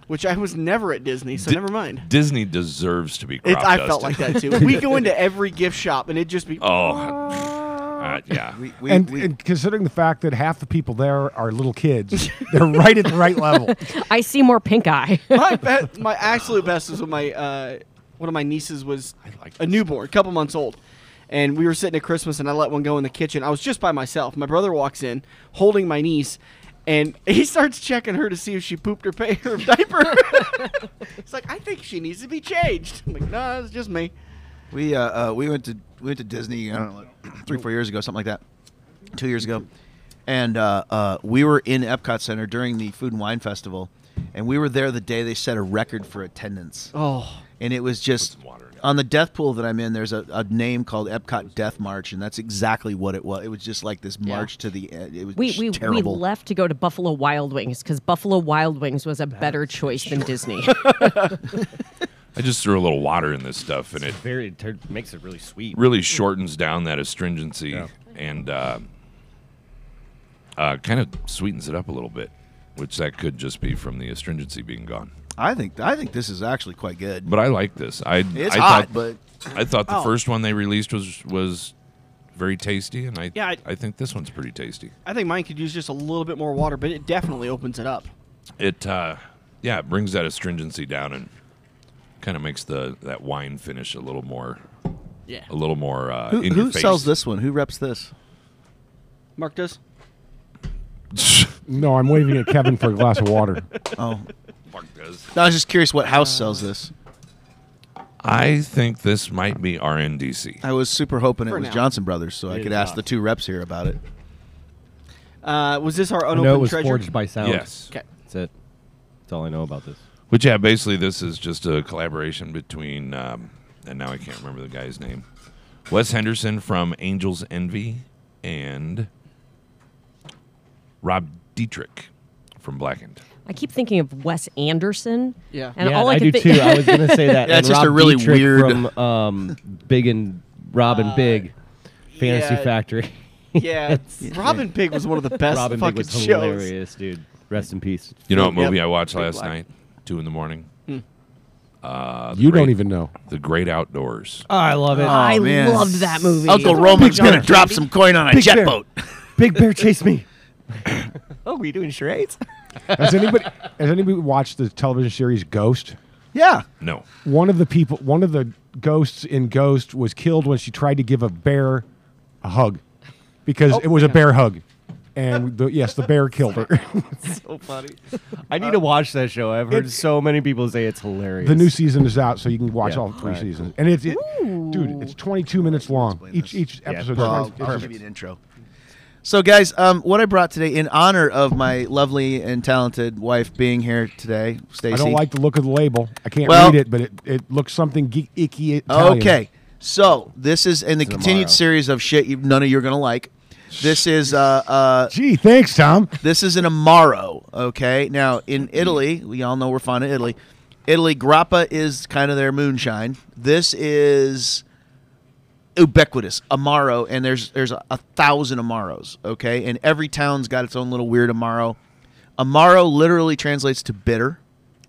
Speaker 1: which I was never at Disney, so
Speaker 5: Di-
Speaker 1: never mind.
Speaker 5: Disney deserves to be
Speaker 1: It,
Speaker 5: crop
Speaker 1: I felt
Speaker 5: dusted.
Speaker 1: like that too. We go into every gift shop and it just be.
Speaker 5: Oh, uh, yeah.
Speaker 3: We, we,
Speaker 2: And,
Speaker 3: we,
Speaker 2: and considering the fact that half the people there are little kids, they're right at the right level.
Speaker 6: I see more pink eye.
Speaker 1: my be- my absolute best was when my uh, one of my nieces was a newborn, a couple months old, and we were sitting at Christmas, and I let one go in the kitchen. I was just by myself. My brother walks in, holding my niece, and he starts checking her to see if she pooped her, pa- her diaper. It's like, I think she needs to be changed. I'm like, nah, it's just me.
Speaker 3: we, uh, uh, we went to we went to Disney. I don't know, like, three four years ago, something like that. Two years ago, and uh, uh, we were in Epcot Center during the Food and Wine Festival, and we were there the day they set a record for attendance.
Speaker 1: Oh,
Speaker 3: and it was just on the death pool that I'm in. There's a, a name called Epcot Death March, and that's exactly what it was. It was just like this march to the end. It was
Speaker 6: We
Speaker 3: just
Speaker 6: we, we
Speaker 3: terrible.
Speaker 6: left to go to Buffalo Wild Wings because Buffalo Wild Wings was a better choice than Disney.
Speaker 5: I just threw a little water in this stuff, and it
Speaker 4: Very it tur- makes it really sweet.
Speaker 5: really shortens down that astringency and uh, uh, kind of sweetens it up a little bit, which that could just be from the astringency being gone.
Speaker 3: I think I think this is actually quite good.
Speaker 5: But I like this. I
Speaker 3: It's
Speaker 5: I
Speaker 3: hot,
Speaker 5: thought,
Speaker 3: but
Speaker 5: I thought the
Speaker 1: Oh.
Speaker 5: first one they released was was very tasty, and I
Speaker 1: Yeah, I-
Speaker 5: I think this one's pretty tasty.
Speaker 1: I think mine could use just a little bit more water, but it definitely opens it up.
Speaker 5: It uh, yeah, it brings that astringency down and kind of makes the that wine finish a little more
Speaker 1: Yeah.
Speaker 5: a little more uh,
Speaker 3: who,
Speaker 5: in
Speaker 3: who
Speaker 5: your face.
Speaker 3: sells this one? Who reps this?
Speaker 1: Mark does.
Speaker 2: No, I'm waving at Kevin for a glass of water.
Speaker 3: Oh,
Speaker 5: Fuck this.
Speaker 3: no, I was just curious what house
Speaker 6: Uh,
Speaker 3: sells this.
Speaker 5: I think this might be RNDC.
Speaker 3: I was super hoping it
Speaker 1: For
Speaker 3: was
Speaker 1: now.
Speaker 3: Johnson Brothers, so I could ask the two reps here about it.
Speaker 1: Uh, was this our
Speaker 4: I
Speaker 1: unopened
Speaker 4: know it was
Speaker 1: treasure?
Speaker 4: forged by sound.
Speaker 5: Yes.
Speaker 1: Okay.
Speaker 4: That's it. That's all I know about this.
Speaker 5: Which, yeah, basically, this is just a collaboration between, um, and now I can't remember the guy's name, Wes Henderson from Angels Envy and Rob Dietrich from Blackened.
Speaker 6: I keep thinking of Wes Anderson.
Speaker 1: Yeah.
Speaker 6: and
Speaker 4: yeah,
Speaker 6: all
Speaker 4: I,
Speaker 6: I,
Speaker 4: do
Speaker 6: can
Speaker 4: too.
Speaker 6: think
Speaker 4: I was gonna say that.
Speaker 3: Yeah, it's
Speaker 4: And
Speaker 3: just a
Speaker 4: Rob
Speaker 3: really
Speaker 4: Dietrich
Speaker 3: weird- Uh,
Speaker 4: from um, Big and Rob and Big, Fantasy
Speaker 1: yeah.
Speaker 4: Factory.
Speaker 1: Yeah. Robin Pig was one of the best
Speaker 4: Robin
Speaker 1: fucking
Speaker 4: Big was
Speaker 1: shows.
Speaker 4: hilarious, dude. Rest in peace.
Speaker 5: You know what
Speaker 1: Yep.
Speaker 5: movie I watched
Speaker 1: Big
Speaker 5: last
Speaker 1: Black.
Speaker 5: night? Two in the morning.
Speaker 2: you
Speaker 5: great.
Speaker 2: don't even know.
Speaker 5: The Great Outdoors.
Speaker 4: I love it.
Speaker 6: I
Speaker 3: Oh, man.
Speaker 6: loved that movie.
Speaker 3: Uncle Roman's gonna drop some coin on a
Speaker 4: Big
Speaker 3: jet
Speaker 4: Bear.
Speaker 3: boat.
Speaker 4: Big Bear chase me.
Speaker 1: Oh, we doing charades?
Speaker 2: Has anybody has anybody watched the television series Ghost?
Speaker 3: Yeah,
Speaker 5: No.
Speaker 2: One of the people, one of the ghosts in Ghost was killed when she tried to give a bear a hug because
Speaker 1: Oh,
Speaker 2: it was a bear hug, and the, yes, the bear killed her.
Speaker 4: So funny.
Speaker 3: Uh,
Speaker 4: I need to watch that show. I've heard
Speaker 2: It's-
Speaker 4: so many people say it's hilarious.
Speaker 2: the new season is out, so you can watch
Speaker 4: Yeah.
Speaker 2: all three
Speaker 4: All right,
Speaker 2: seasons, and it's it, dude, it's 22 minutes long. Each each episode.
Speaker 3: Well,
Speaker 2: is
Speaker 3: I'll
Speaker 2: 22
Speaker 3: give you an intro. So, guys, um, what I brought today in honor of my lovely and talented wife being here today, Stacy.
Speaker 2: I don't like the look of the label. I can't
Speaker 3: Well-
Speaker 2: read it, but it, it looks something geek, icky. Italian.
Speaker 3: Okay. So this is in the continued
Speaker 4: Tomorrow.
Speaker 3: series of shit you, none of you're gonna like. This is uh, uh,
Speaker 2: Gee, thanks, Tom.
Speaker 3: this is an amaro. Okay. Now in Italy, we all know we're fond of Italy. Italy grappa is kind of their moonshine. This is ubiquitous amaro, and there's there's a, a thousand amaros. Okay, and every town's got its own little weird amaro. Amaro literally translates to bitter.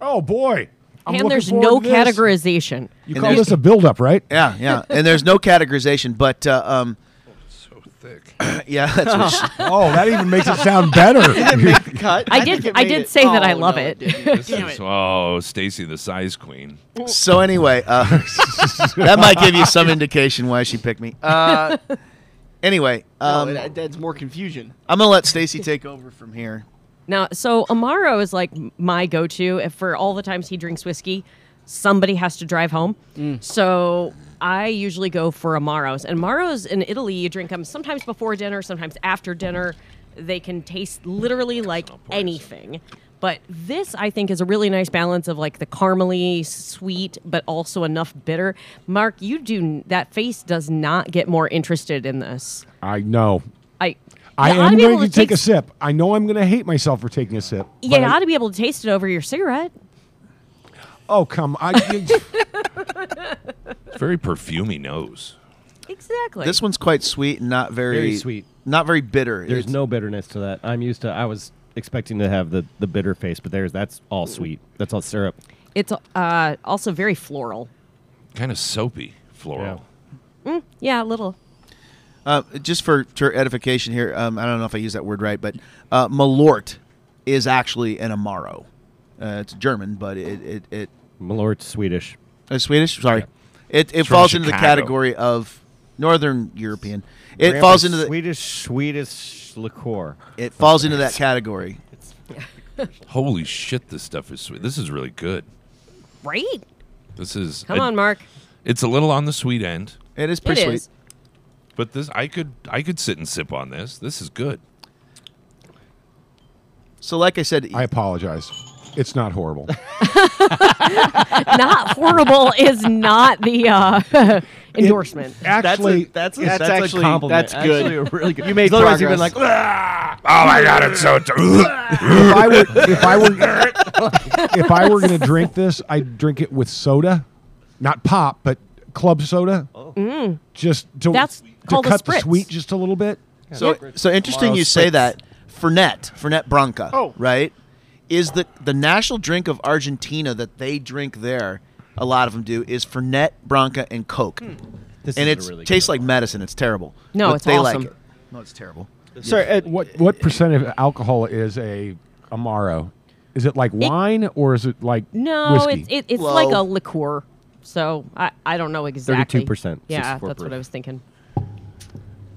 Speaker 2: Oh boy. I'm looking
Speaker 6: and there's
Speaker 2: forward
Speaker 6: no
Speaker 2: to this.
Speaker 6: categorization.
Speaker 2: You
Speaker 3: And
Speaker 2: call
Speaker 3: there's-
Speaker 2: this a build-up, right?
Speaker 3: Yeah, yeah. and there's no categorization, but uh, um,
Speaker 5: Oh, So thick.
Speaker 3: yeah, that's what she-
Speaker 2: Oh, that even makes it sound better.
Speaker 1: Cut.
Speaker 6: I did-
Speaker 1: think it
Speaker 6: I
Speaker 1: made
Speaker 6: did say that I
Speaker 1: Oh,
Speaker 6: love
Speaker 1: no,
Speaker 6: it.
Speaker 1: didn't.
Speaker 5: This is, oh, Stacy, the size queen.
Speaker 3: So anyway, uh, that might give you some indication why she picked me. Uh, anyway, um,
Speaker 1: no, that- that's more confusion.
Speaker 3: I'm gonna let Stacy take over from here.
Speaker 6: Now, so Amaro is like my go-to if for all the times he drinks whiskey. Somebody has to drive home, so I usually go for Amaros. And Amaros in Italy, you drink them sometimes before dinner, sometimes after dinner. They can taste literally like anything. But this, I think, is a really nice balance of like the caramely sweet, but also enough bitter. Mark, you do that face does not get more interested in this.
Speaker 2: I know.
Speaker 6: I
Speaker 2: I
Speaker 6: You ought
Speaker 2: am
Speaker 6: be
Speaker 2: going
Speaker 6: able
Speaker 2: to take a
Speaker 6: taste-
Speaker 2: sip. I know I'm going to hate myself for taking a sip.
Speaker 6: Yeah,
Speaker 2: but
Speaker 6: you
Speaker 2: I-
Speaker 6: ought to be able to taste it over your cigarette.
Speaker 2: oh come! I,
Speaker 5: It's very perfumey nose.
Speaker 6: Exactly.
Speaker 3: This one's quite sweet and not very,
Speaker 4: Very sweet.
Speaker 3: not very bitter.
Speaker 4: There's
Speaker 3: It's-
Speaker 4: no bitterness to that. I'm used to. I was expecting to have the the bitter face, but there's that's all sweet. That's all syrup.
Speaker 6: It's uh, also very floral.
Speaker 5: Kind of soapy floral.
Speaker 6: Yeah, a little.
Speaker 3: uh, just for, for edification here. Um, I don't know if I use that word right, but uh, Malort is actually an amaro. Uh, it's German, but it it, it
Speaker 4: Malort Swedish.
Speaker 3: uh, Swedish. Sorry, it it
Speaker 5: from
Speaker 3: falls into the
Speaker 5: Chicago.
Speaker 3: category of Northern European. It falls into the
Speaker 4: Swedish Swedish liqueur.
Speaker 3: it falls into that category.
Speaker 5: Holy shit, this stuff is sweet. This is really good.
Speaker 6: Right?
Speaker 5: This is
Speaker 6: Come on, Mark.
Speaker 5: It's a little on the sweet end,
Speaker 3: It is
Speaker 6: It
Speaker 3: pretty sweet.
Speaker 6: is.
Speaker 5: but this I could I could sit and sip on this. This is good.
Speaker 3: So, like I said,
Speaker 2: I apologize. It's not horrible.
Speaker 6: not horrible is not the uh, endorsement.
Speaker 2: Actually,
Speaker 4: that's a,
Speaker 1: That's that's a actually- compliment. that's good. Actually a
Speaker 4: really good.
Speaker 1: You made
Speaker 4: Otherwise, you've
Speaker 1: progress.
Speaker 4: been like,
Speaker 5: Oh my god, it's so
Speaker 2: if
Speaker 5: t-
Speaker 2: I were if I were if I were going to drink this, I'd drink it with soda, not pop, but club soda. Just to
Speaker 6: Mm. That's
Speaker 2: to
Speaker 6: called a
Speaker 2: cut the
Speaker 6: spritz.
Speaker 2: sweet just a little bit.
Speaker 3: so so interesting. You say that Fernet, Fernet Branca,
Speaker 1: Oh.
Speaker 3: right, is the the national drink of Argentina that they drink there. A lot of them do is Fernet Branca and Coke,
Speaker 1: Hmm.
Speaker 4: this
Speaker 3: and
Speaker 4: is a
Speaker 3: it
Speaker 4: really good
Speaker 3: tastes
Speaker 4: one.
Speaker 3: like medicine. It's terrible.
Speaker 6: No,
Speaker 3: but
Speaker 6: it's
Speaker 3: they
Speaker 6: awesome.
Speaker 3: like it. No, it's terrible.
Speaker 1: Sorry, Ed,
Speaker 2: What what percent of alcohol is a amaro? Is it like wine or is it like
Speaker 6: No,
Speaker 2: whiskey?
Speaker 6: it's it, it's
Speaker 3: Low.
Speaker 6: like a liqueur. So I, I don't know exactly.
Speaker 4: 32%,
Speaker 6: Yeah,
Speaker 4: 64
Speaker 6: that's what
Speaker 4: proof.
Speaker 6: I was thinking.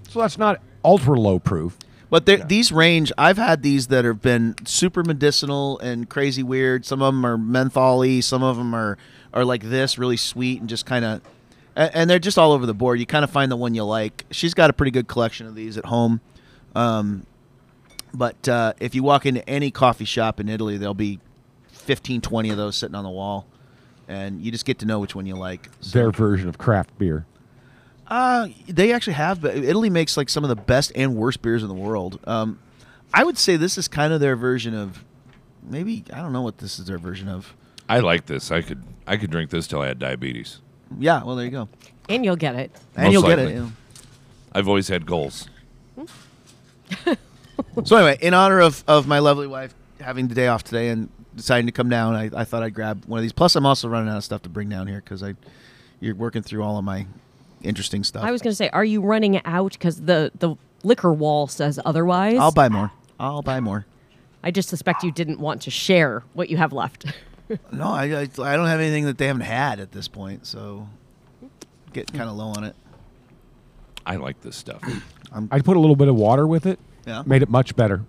Speaker 2: so that's not ultra low proof.
Speaker 3: But they're- these range, I've had these that have been super medicinal and crazy weird. Some of them are mentholy, some of them are are like this, really sweet and just kind of. And they're just all over the board. You kind of find the one you like. She's got a pretty good collection of these at home. Um, but uh, if you walk into any coffee shop in Italy, there'll be 15, 20 of those sitting on the wall. And you just get to know which one you like. So-
Speaker 2: Their version of craft beer.
Speaker 3: uh, they actually have. But Italy makes like some of the best and worst beers in the world. Um, I would say this is kind of their version of maybe I don't know what this is their version of.
Speaker 5: I like this. I could I could drink this till I had diabetes.
Speaker 3: Yeah, well there you go,
Speaker 6: And you'll get it.
Speaker 3: and
Speaker 5: Most
Speaker 3: you'll get
Speaker 5: likely.
Speaker 3: it. yeah.
Speaker 5: I've always had goals.
Speaker 3: So anyway, in honor of, of my lovely wife having the day off today and deciding to come down, I, I thought I'd grab one of these. Plus, I'm also running out of stuff to bring down here because I you're working through all of my interesting stuff.
Speaker 6: I was going to say, are you running out? Because the, the liquor wall says otherwise.
Speaker 3: I'll buy more. I'll buy more.
Speaker 6: I just suspect you didn't want to share what you have left.
Speaker 3: No, I, I, I don't have anything that they haven't had at this point, so getting kind of low on it.
Speaker 5: I like this stuff.
Speaker 2: I put a little bit of water with it.
Speaker 3: Yeah.
Speaker 2: Made it much better.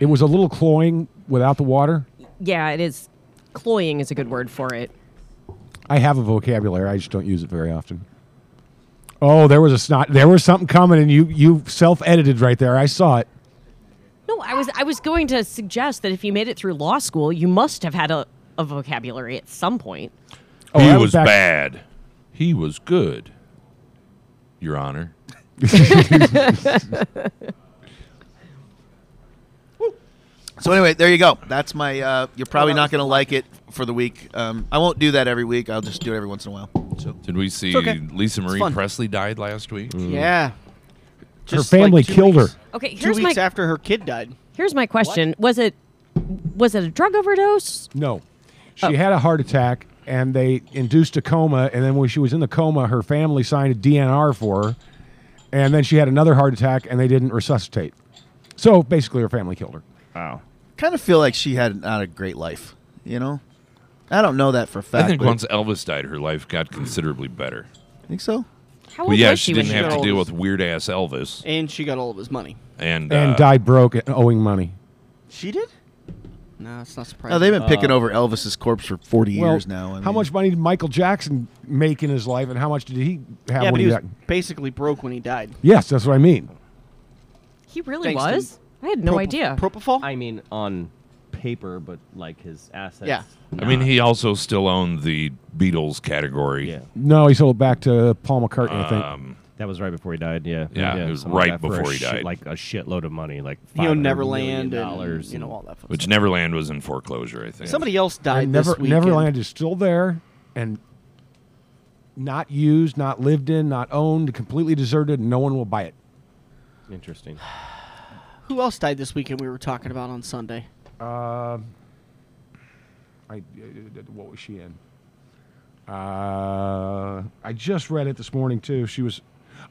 Speaker 2: It was a little cloying without the water.
Speaker 6: yeah, it is. Cloying is a good word for it.
Speaker 2: I have a vocabulary. I just don't use it very often. Oh, there was a snot. There was something coming, and you you self edited right there. I saw it.
Speaker 6: No, I was I was going to suggest that if you made it through law school, you must have had a, a vocabulary at some point.
Speaker 2: Oh,
Speaker 5: he
Speaker 2: I
Speaker 5: was
Speaker 2: back-
Speaker 5: bad. He was good, Your Honor.
Speaker 3: So anyway, there you go. That's my. Uh, you're probably not going to like it for the week. Um, I won't do that every week. I'll just do it every once in a while. So
Speaker 5: Did we see
Speaker 1: okay.
Speaker 5: Lisa Marie
Speaker 1: fun. Mm.
Speaker 5: Presley died last week?
Speaker 1: Yeah.
Speaker 2: Her
Speaker 1: Just
Speaker 2: family
Speaker 1: like two
Speaker 2: killed
Speaker 1: weeks-
Speaker 2: her.
Speaker 6: Mm. Okay,
Speaker 1: Two
Speaker 6: here's my
Speaker 1: weeks after her kid died.
Speaker 6: here's my question. Was it was it a drug overdose?
Speaker 2: No, she
Speaker 1: Oh.
Speaker 2: had a heart attack, and they induced a coma. And then when she was in the coma, her family signed a DNR for her, and then she had another heart attack, and they didn't resuscitate. So basically, her family killed her.
Speaker 3: kind of feel like she had not a great life. You know, I don't know that for a fact.
Speaker 5: I think
Speaker 3: but-
Speaker 5: once Elvis died, her life got considerably better.
Speaker 3: think so.
Speaker 6: How old
Speaker 5: Well, yeah,
Speaker 6: was
Speaker 5: she
Speaker 6: she when
Speaker 5: didn't
Speaker 6: she
Speaker 5: have
Speaker 6: got
Speaker 5: to
Speaker 6: old?
Speaker 5: deal with weird ass Elvis
Speaker 1: And she got all of his money.
Speaker 5: and
Speaker 2: And
Speaker 5: uh,
Speaker 2: died broke and owing money.
Speaker 1: She did? No, it's not surprising.
Speaker 2: Oh,
Speaker 3: No, they've been picking over Elvis's corpse for 40
Speaker 2: Uh, Well,
Speaker 3: years now. I
Speaker 2: how
Speaker 3: mean,
Speaker 2: much money did Michael Jackson make in his life, and how much did he
Speaker 1: yeah,
Speaker 2: have when
Speaker 1: but
Speaker 2: he
Speaker 1: he was
Speaker 2: died?
Speaker 1: basically broke when he died.
Speaker 2: Yes, that's what I mean.
Speaker 6: He really
Speaker 1: Thanks to
Speaker 6: was? I had no
Speaker 1: Propo-
Speaker 6: idea.
Speaker 1: Propofol?
Speaker 4: I mean, on paper, but like his assets.
Speaker 1: Yeah.
Speaker 5: I mean, he also still owned the Beatles category.
Speaker 4: Yeah.
Speaker 2: No, he sold it back to Paul McCartney, I think.
Speaker 5: Um,
Speaker 4: That was right before he died. Yeah.
Speaker 5: Yeah, it was
Speaker 4: something
Speaker 5: right
Speaker 4: like that for a
Speaker 5: before he
Speaker 4: shit-
Speaker 5: died.
Speaker 4: Like a shitload of money, like
Speaker 1: you know,
Speaker 4: $500 million
Speaker 1: Neverland and,
Speaker 4: dollars
Speaker 1: you know, all that fun
Speaker 5: which
Speaker 1: stuff.
Speaker 5: Neverland was in foreclosure, I think.
Speaker 1: Somebody else died
Speaker 2: And Never,
Speaker 1: this weekend.
Speaker 2: Neverland is still there and not used, not lived in, not owned, completely deserted, and no one will buy it.
Speaker 4: Interesting.
Speaker 1: Who else died this weekend we were talking about on Sunday?
Speaker 2: I, uh, what was she in? Uh, I just read it this morning too. She was,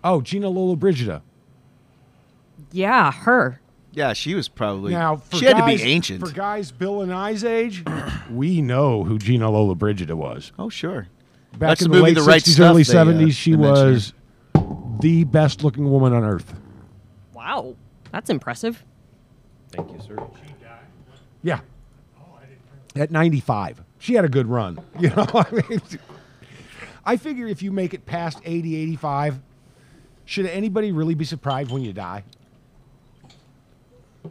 Speaker 2: oh, Gina Lola Brigida.
Speaker 6: Yeah, her.
Speaker 3: Yeah, she was probably.
Speaker 2: Now, for
Speaker 3: she had to
Speaker 2: guys-
Speaker 3: be ancient.
Speaker 2: For guys Bill and I's age, we know who Gina Lola Brigida was.
Speaker 3: oh, sure.
Speaker 2: Back
Speaker 3: That's
Speaker 2: in
Speaker 3: the
Speaker 2: the,
Speaker 3: movie
Speaker 2: late
Speaker 3: The Right
Speaker 2: 60s,
Speaker 3: Stuff
Speaker 2: early
Speaker 3: they, uh,
Speaker 2: 70s, she
Speaker 3: they mentioned her.
Speaker 2: was the best looking woman on earth.
Speaker 6: Wow. That's impressive.
Speaker 4: Thank you, sir.
Speaker 2: Yeah. At 95. She had a good run. You know, I mean, I figure if you make it past 80, 85, should anybody really be surprised when you die?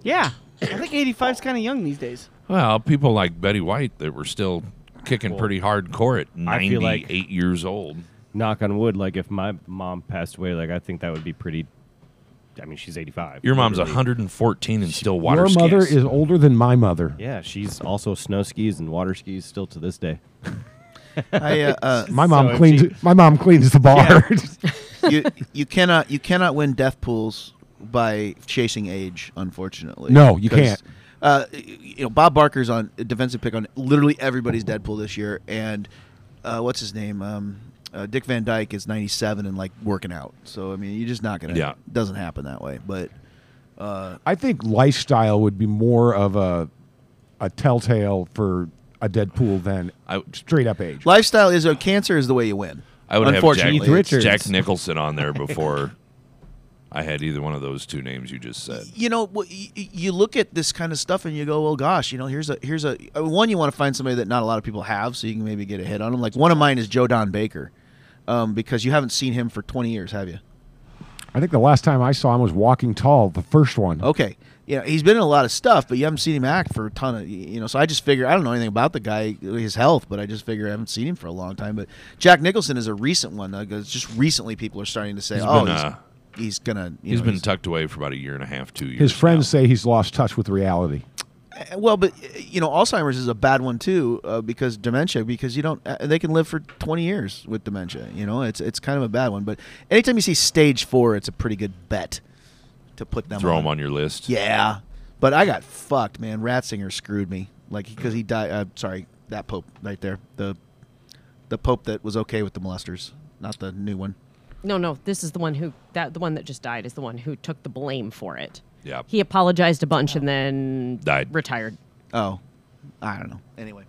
Speaker 1: Yeah. I think 85's kind of young these days.
Speaker 5: Well, people like Betty White that were still kicking pretty hardcore at
Speaker 4: I feel like-
Speaker 5: 98 years old.
Speaker 4: Knock on wood. Like if my mom passed away, like I think that would be pretty. I mean, she's 85.
Speaker 5: Your mom's
Speaker 4: literally.
Speaker 5: 114 and still water
Speaker 2: Your
Speaker 5: skis.
Speaker 2: mother is older than my mother.
Speaker 4: Yeah, she's also snow skis and water skis still to this day.
Speaker 3: I, uh, uh,
Speaker 2: My mom
Speaker 4: So
Speaker 2: cleans
Speaker 4: cheap.
Speaker 2: my mom cleans the bar.
Speaker 3: you, you cannot you cannot win death pools by chasing age, unfortunately.
Speaker 2: No, you
Speaker 3: 'Cause,
Speaker 2: can't.
Speaker 3: Uh, you know, Bob Barker's on a defensive pick on literally everybody's Deadpool this year, and uh, what's his name? Um, uh, Dick Van Dyke is 97 and like working out. So I mean, you're just not gonna.
Speaker 5: Yeah.
Speaker 3: doesn't happen that way. But
Speaker 2: I think lifestyle would be more of a a telltale for a dead pool than
Speaker 5: I-
Speaker 2: straight up age.
Speaker 3: lifestyle is uh, cancer is the way you win.
Speaker 5: I would have Jack,
Speaker 3: unfortunately,
Speaker 5: it's
Speaker 3: it's-
Speaker 5: Jack Nicholson on there before I had either one of those two names you just said.
Speaker 3: you know wh- y- y- you look at this kind of stuff and you go well gosh you know here's a here's a I mean, one you want to find somebody that not a lot of people have so you can maybe get a hit on them like one of mine is joe don baker um, because you haven't seen him for 20 years have you
Speaker 2: I think the last time I saw him was Walking Tall, the first one.
Speaker 3: okay yeah he's been in a lot of stuff but you haven't seen him act for a ton of you know so i just figure i don't know anything about the guy his health but i just figure i haven't seen him for a long time but jack nicholson is a recent one because just recently people are starting to say
Speaker 5: He's
Speaker 3: oh
Speaker 5: been,
Speaker 3: he's,
Speaker 5: uh,
Speaker 3: he's gonna you
Speaker 5: He's
Speaker 3: know,
Speaker 5: been tucked away for about a year and a half, two years.
Speaker 2: His friends
Speaker 5: now.
Speaker 2: say he's lost touch with reality.
Speaker 3: Well, but uh, you know, Alzheimer's is a bad one too uh, because dementia. Because you don't, uh, they can live for twenty years with dementia. You know, it's it's kind of a bad one. But anytime you see stage four, it's a pretty good bet to put them.
Speaker 5: throw
Speaker 3: on.
Speaker 5: him on your list.
Speaker 3: Yeah, but I got fucked, man. Ratzinger screwed me, like because he died. Uh, sorry, that pope right there, the the pope that was okay with the molesters, not the new one.
Speaker 6: No, no, this is the one who that the one that just died is the one who took the blame for it.
Speaker 5: Yeah.
Speaker 6: He apologized a bunch and then
Speaker 5: Died.
Speaker 6: retired.
Speaker 3: Oh, I don't know. Anyway,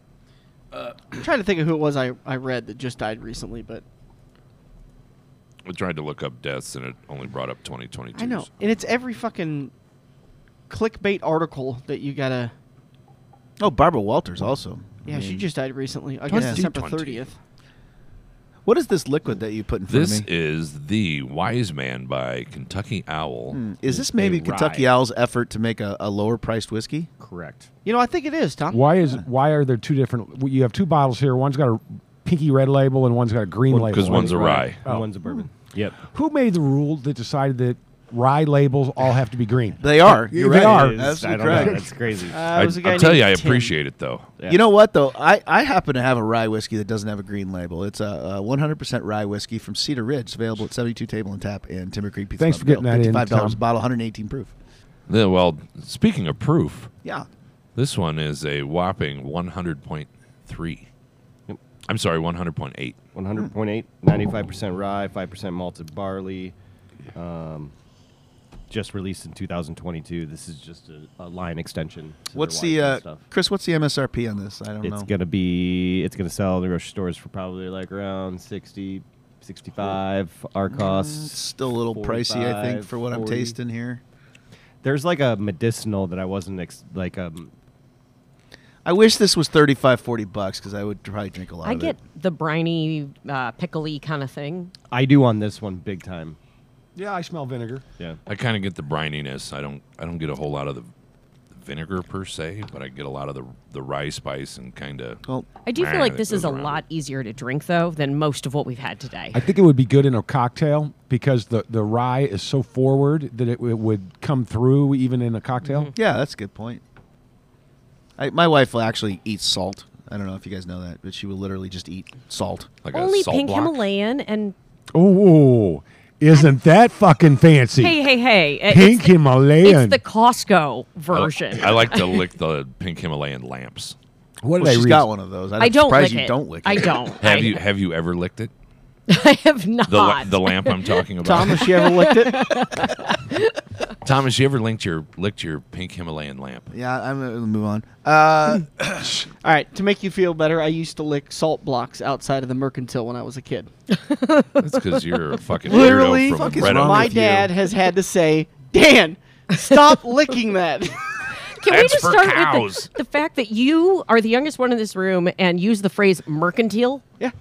Speaker 1: I'm trying to think of who it was I, I read that just died recently, but
Speaker 5: I tried to look up deaths and it only brought up 2022.
Speaker 1: I know. And it's every fucking clickbait article that you gotta.
Speaker 3: oh, Barbara Walters also. I
Speaker 1: Yeah, she
Speaker 3: mean,
Speaker 1: just died recently. I
Speaker 5: Twenty-
Speaker 1: guess December
Speaker 5: twenty.
Speaker 1: 30th.
Speaker 3: What is this liquid that you put in front
Speaker 5: This
Speaker 3: of me?
Speaker 5: is the Wise Man by Kentucky Owl.
Speaker 3: Is this maybe
Speaker 5: a
Speaker 3: Kentucky
Speaker 5: rye.
Speaker 3: Owl's effort to make a, a lower priced whiskey?
Speaker 4: Correct.
Speaker 1: You know, I think it is, Tom.
Speaker 2: Why is why are there two different? well, You have two bottles here. One's got a pinky red label and one's got a green label.
Speaker 5: Because one's a
Speaker 2: right?
Speaker 5: rye.
Speaker 4: And One's a bourbon. Yep.
Speaker 2: Who made the rule that decided that rye labels all have to be green?
Speaker 3: They are.
Speaker 2: Yeah,
Speaker 3: You're
Speaker 2: they
Speaker 3: right.
Speaker 2: are.
Speaker 4: It is. I
Speaker 3: Absolutely
Speaker 4: don't know.
Speaker 3: correct.
Speaker 4: That's crazy.
Speaker 1: Uh, it was a guy
Speaker 5: I, I tell
Speaker 1: named
Speaker 5: you, I
Speaker 1: Tim.
Speaker 5: appreciate it though.
Speaker 4: Yeah.
Speaker 3: You know what though? I, I happen to have a rye whiskey that doesn't have a green label. It's a, a 100% rye whiskey from Cedar Ridge, It's available at 72 Table and Tap in Timber Creek. Pizza
Speaker 2: Thanks
Speaker 3: Pub
Speaker 2: for getting
Speaker 3: Grill.
Speaker 2: that in,
Speaker 3: $55
Speaker 2: Tom.
Speaker 3: a bottle, 118 proof.
Speaker 5: Yeah, Well, speaking of proof,
Speaker 3: Yeah.
Speaker 5: this one is a whopping 100.3.
Speaker 4: Yep.
Speaker 5: I'm sorry, 100.8.
Speaker 4: 100.8, 95% rye, 5% malted barley. Um, just released in 2022. This is just a, a line extension. to their
Speaker 3: What's
Speaker 4: wine
Speaker 3: the
Speaker 4: and
Speaker 3: uh,
Speaker 4: stuff.
Speaker 3: Chris? What's the MSRP on this? I don't
Speaker 4: It's
Speaker 3: know.
Speaker 4: gonna be. It's gonna sell in the grocery stores for probably like around 60, 65. Our
Speaker 3: It's
Speaker 4: costs.
Speaker 3: still a little pricey, I think,
Speaker 4: 45,
Speaker 3: for what I'm
Speaker 4: 40.
Speaker 3: tasting here.
Speaker 4: There's like a medicinal that I wasn't ex- like um,
Speaker 3: I wish this was 35, 40 bucks because I would probably drink a lot
Speaker 6: I
Speaker 3: of
Speaker 6: get
Speaker 3: it.
Speaker 6: the briny, uh, pickly kind of thing.
Speaker 4: I do on this one big time.
Speaker 2: Yeah, I smell vinegar.
Speaker 4: Yeah.
Speaker 5: I kind of get the brininess. I don't. I don't get a whole lot of the vinegar per se, but I get a lot of the the rye spice and kind of.
Speaker 3: Well,
Speaker 6: I do feel like this is a
Speaker 5: around
Speaker 6: lot
Speaker 5: it.
Speaker 6: easier to drink though than most of what we've had today.
Speaker 2: I think it would be good in a cocktail because the, the rye is so forward that it, w- would come through even in a cocktail.
Speaker 3: yeah, that's a good point. I, my wife will actually eat salt. I don't know if you guys know that, but she will literally just eat salt.
Speaker 5: Like
Speaker 6: Only
Speaker 5: a salt
Speaker 6: pink
Speaker 5: block.
Speaker 6: Himalayan and
Speaker 2: Oh, isn't that fucking fancy?
Speaker 6: hey hey hey, it-
Speaker 2: Pink
Speaker 6: it's, the-
Speaker 2: Himalayan.
Speaker 6: it's the Costco
Speaker 5: I-
Speaker 6: version.
Speaker 5: Uh, I like to lick the pink Himalayan lamps.
Speaker 2: what did
Speaker 3: Well,
Speaker 2: I
Speaker 3: she's
Speaker 2: read?
Speaker 3: got one of those. I'm
Speaker 6: I don't
Speaker 3: surprised
Speaker 6: lick
Speaker 3: you
Speaker 6: it.
Speaker 3: don't lick it.
Speaker 6: I don't. I,
Speaker 5: Have you have you ever licked it?
Speaker 6: I have not.
Speaker 5: The la- the lamp I'm talking about.
Speaker 1: Tom, has she ever licked it?
Speaker 5: Thomas, you ever linked your licked your pink Himalayan lamp?
Speaker 3: Yeah, I'm gonna move on. Uh,
Speaker 1: All right, to make you feel better, I used to lick salt blocks outside of the mercantile when I was a kid.
Speaker 5: That's because you're a fucking
Speaker 1: Literally,
Speaker 5: weirdo
Speaker 3: fuck
Speaker 5: from
Speaker 3: is
Speaker 5: Red
Speaker 3: wrong
Speaker 5: Oak.
Speaker 1: My
Speaker 3: with you.
Speaker 1: dad has had to say, Dan, stop licking that.
Speaker 6: Can we
Speaker 5: That's
Speaker 6: just
Speaker 5: for
Speaker 6: start
Speaker 5: cows.
Speaker 6: with the, the fact that you are the youngest one in this room and use the phrase mercantile?
Speaker 1: yeah.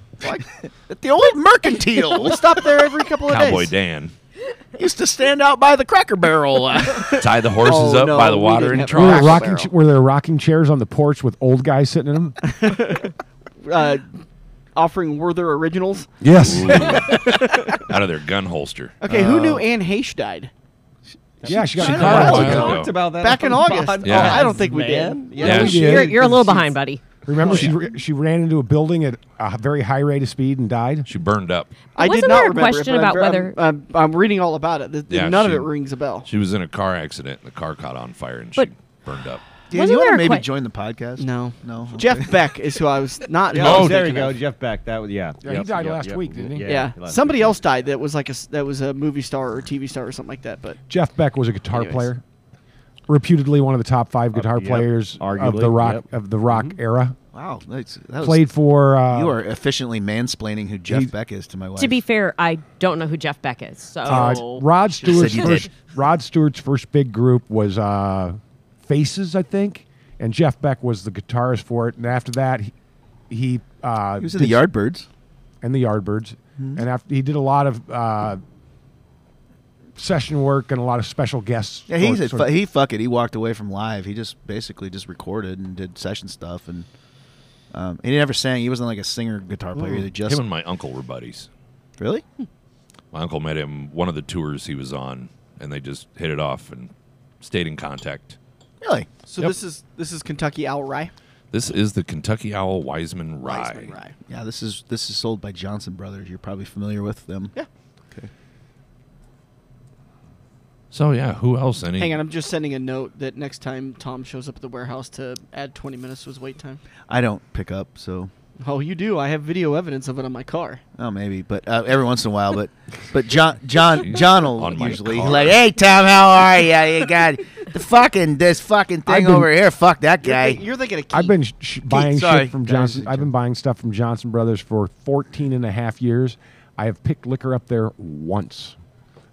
Speaker 3: the old mercantile
Speaker 1: We stop there every couple of
Speaker 5: Cowboy
Speaker 1: days.
Speaker 5: Dan.
Speaker 3: used to stand out by the Cracker Barrel. Uh,
Speaker 5: Tie the horses
Speaker 1: Oh,
Speaker 5: up
Speaker 1: no,
Speaker 5: by the
Speaker 1: we
Speaker 5: water
Speaker 1: didn't
Speaker 5: and
Speaker 1: have a
Speaker 2: Were there,
Speaker 5: trough.
Speaker 1: Cracker
Speaker 2: rocking
Speaker 1: Barrel.
Speaker 2: ch- were there rocking chairs on the porch with old guys sitting in them?
Speaker 1: Uh, offering Werther originals.
Speaker 2: yes.
Speaker 5: Out of their gun holster.
Speaker 1: Okay, who knew Anne Heche died?
Speaker 2: yeah, she got
Speaker 5: she
Speaker 2: a car
Speaker 5: died a while
Speaker 2: accident.
Speaker 5: ago.
Speaker 4: talked about that
Speaker 1: Back in
Speaker 4: on the
Speaker 1: August.
Speaker 4: podcast,
Speaker 5: Yeah.
Speaker 1: Oh, I don't think we
Speaker 4: man.
Speaker 1: did.
Speaker 4: Yeah.
Speaker 5: Yeah,
Speaker 2: we
Speaker 5: she-
Speaker 2: did.
Speaker 6: You're, you're a little behind, buddy.
Speaker 3: Oh,
Speaker 2: Remember, she re- she ran into a building at a very high rate of speed and died.
Speaker 5: She burned up.
Speaker 1: I did
Speaker 6: Wasn't
Speaker 1: not
Speaker 6: there a
Speaker 1: remember it,
Speaker 6: question
Speaker 1: but
Speaker 6: about
Speaker 1: I'm,
Speaker 6: whether-
Speaker 1: I'm, I'm, I'm reading all about it. Th-
Speaker 5: Yeah,
Speaker 1: None
Speaker 5: she-
Speaker 1: of it rings a bell.
Speaker 5: She was in a car accident. The car caught on fire and
Speaker 6: But-
Speaker 5: she burned up.
Speaker 3: Dan,
Speaker 6: Wasn't
Speaker 3: you want
Speaker 6: there
Speaker 3: to
Speaker 6: a
Speaker 3: maybe
Speaker 6: que-
Speaker 3: join the podcast?
Speaker 1: No.
Speaker 3: no.
Speaker 1: Jeff Beck is who I was not. who I was
Speaker 4: Oh, there you
Speaker 1: thinking
Speaker 4: go,
Speaker 1: of.
Speaker 4: Jeff Beck. That was yeah.
Speaker 2: Yeah, he died last week, didn't he?
Speaker 1: Yeah.
Speaker 4: last
Speaker 1: Somebody
Speaker 4: week.
Speaker 1: else died that was like a s- that was a movie star or TV star or something like that. But
Speaker 2: Jeff Beck was a guitar
Speaker 1: Anyways.
Speaker 2: player, reputedly one of the top five
Speaker 3: Uh,
Speaker 2: guitar
Speaker 4: yep,
Speaker 2: players of the
Speaker 4: arguably,
Speaker 2: rock
Speaker 4: yep.
Speaker 2: of the rock era.
Speaker 3: Wow, that's, Mm-hmm. that was,
Speaker 2: Played for uh,
Speaker 3: You are efficiently mansplaining who
Speaker 2: He-
Speaker 3: Jeff Beck is to my wife.
Speaker 6: To be fair, I don't know who Jeff Beck is. So
Speaker 2: uh, Rod
Speaker 3: said
Speaker 2: Stewart's
Speaker 3: you
Speaker 2: first,
Speaker 3: did.
Speaker 2: Rod Stewart's first big group was uh, Faces, I think, and Jeff Beck was the guitarist for it. And after that, he, he, uh,
Speaker 3: he was in the Mm-hmm.
Speaker 2: did-
Speaker 3: Yardbirds.
Speaker 2: and the Yardbirds, and after he did a lot of uh, session work and a lot of special guests.
Speaker 3: Yeah, he
Speaker 2: or
Speaker 3: said
Speaker 2: sort of-
Speaker 3: fu- he fuck it. He walked away from live. He just basically just recorded and did session stuff, and um, and he never sang. He wasn't like a singer guitar player. either. just
Speaker 5: Him and my uncle were buddies.
Speaker 3: really.
Speaker 5: My uncle met him one of the tours he was on, and they just hit it off and stayed in contact.
Speaker 3: Really?
Speaker 1: so this is this is Kentucky Owl Rye.
Speaker 5: This is the Kentucky Owl Wiseman Rye.
Speaker 1: Weissman Rye.
Speaker 3: Yeah, this is this is sold by Johnson Brothers. You're probably familiar with them.
Speaker 1: Yeah.
Speaker 5: So yeah, who else? Any?
Speaker 1: Hang on, I'm just sending a note that next time Tom shows up at the warehouse to add 20 minutes to his wait time.
Speaker 3: I don't pick up, so
Speaker 1: Oh, you do. I have video evidence of it on my car.
Speaker 3: oh maybe, but uh, every once in a while. But but John John John will
Speaker 5: On my
Speaker 3: usually
Speaker 5: car.
Speaker 3: he's like, hey Tom, how are you? You got the fucking this fucking
Speaker 2: I've
Speaker 3: thing
Speaker 2: been-
Speaker 3: over here. Fuck that
Speaker 1: You're,
Speaker 3: guy.
Speaker 1: thi- you're thinking of Keith.
Speaker 2: I've been sh- sh- buying
Speaker 3: sorry.
Speaker 2: shit from
Speaker 3: That was
Speaker 2: Johnson.
Speaker 3: a
Speaker 2: I've been
Speaker 3: joke.
Speaker 2: buying stuff from Johnson Brothers for 14 and a half years. I have picked liquor up there once.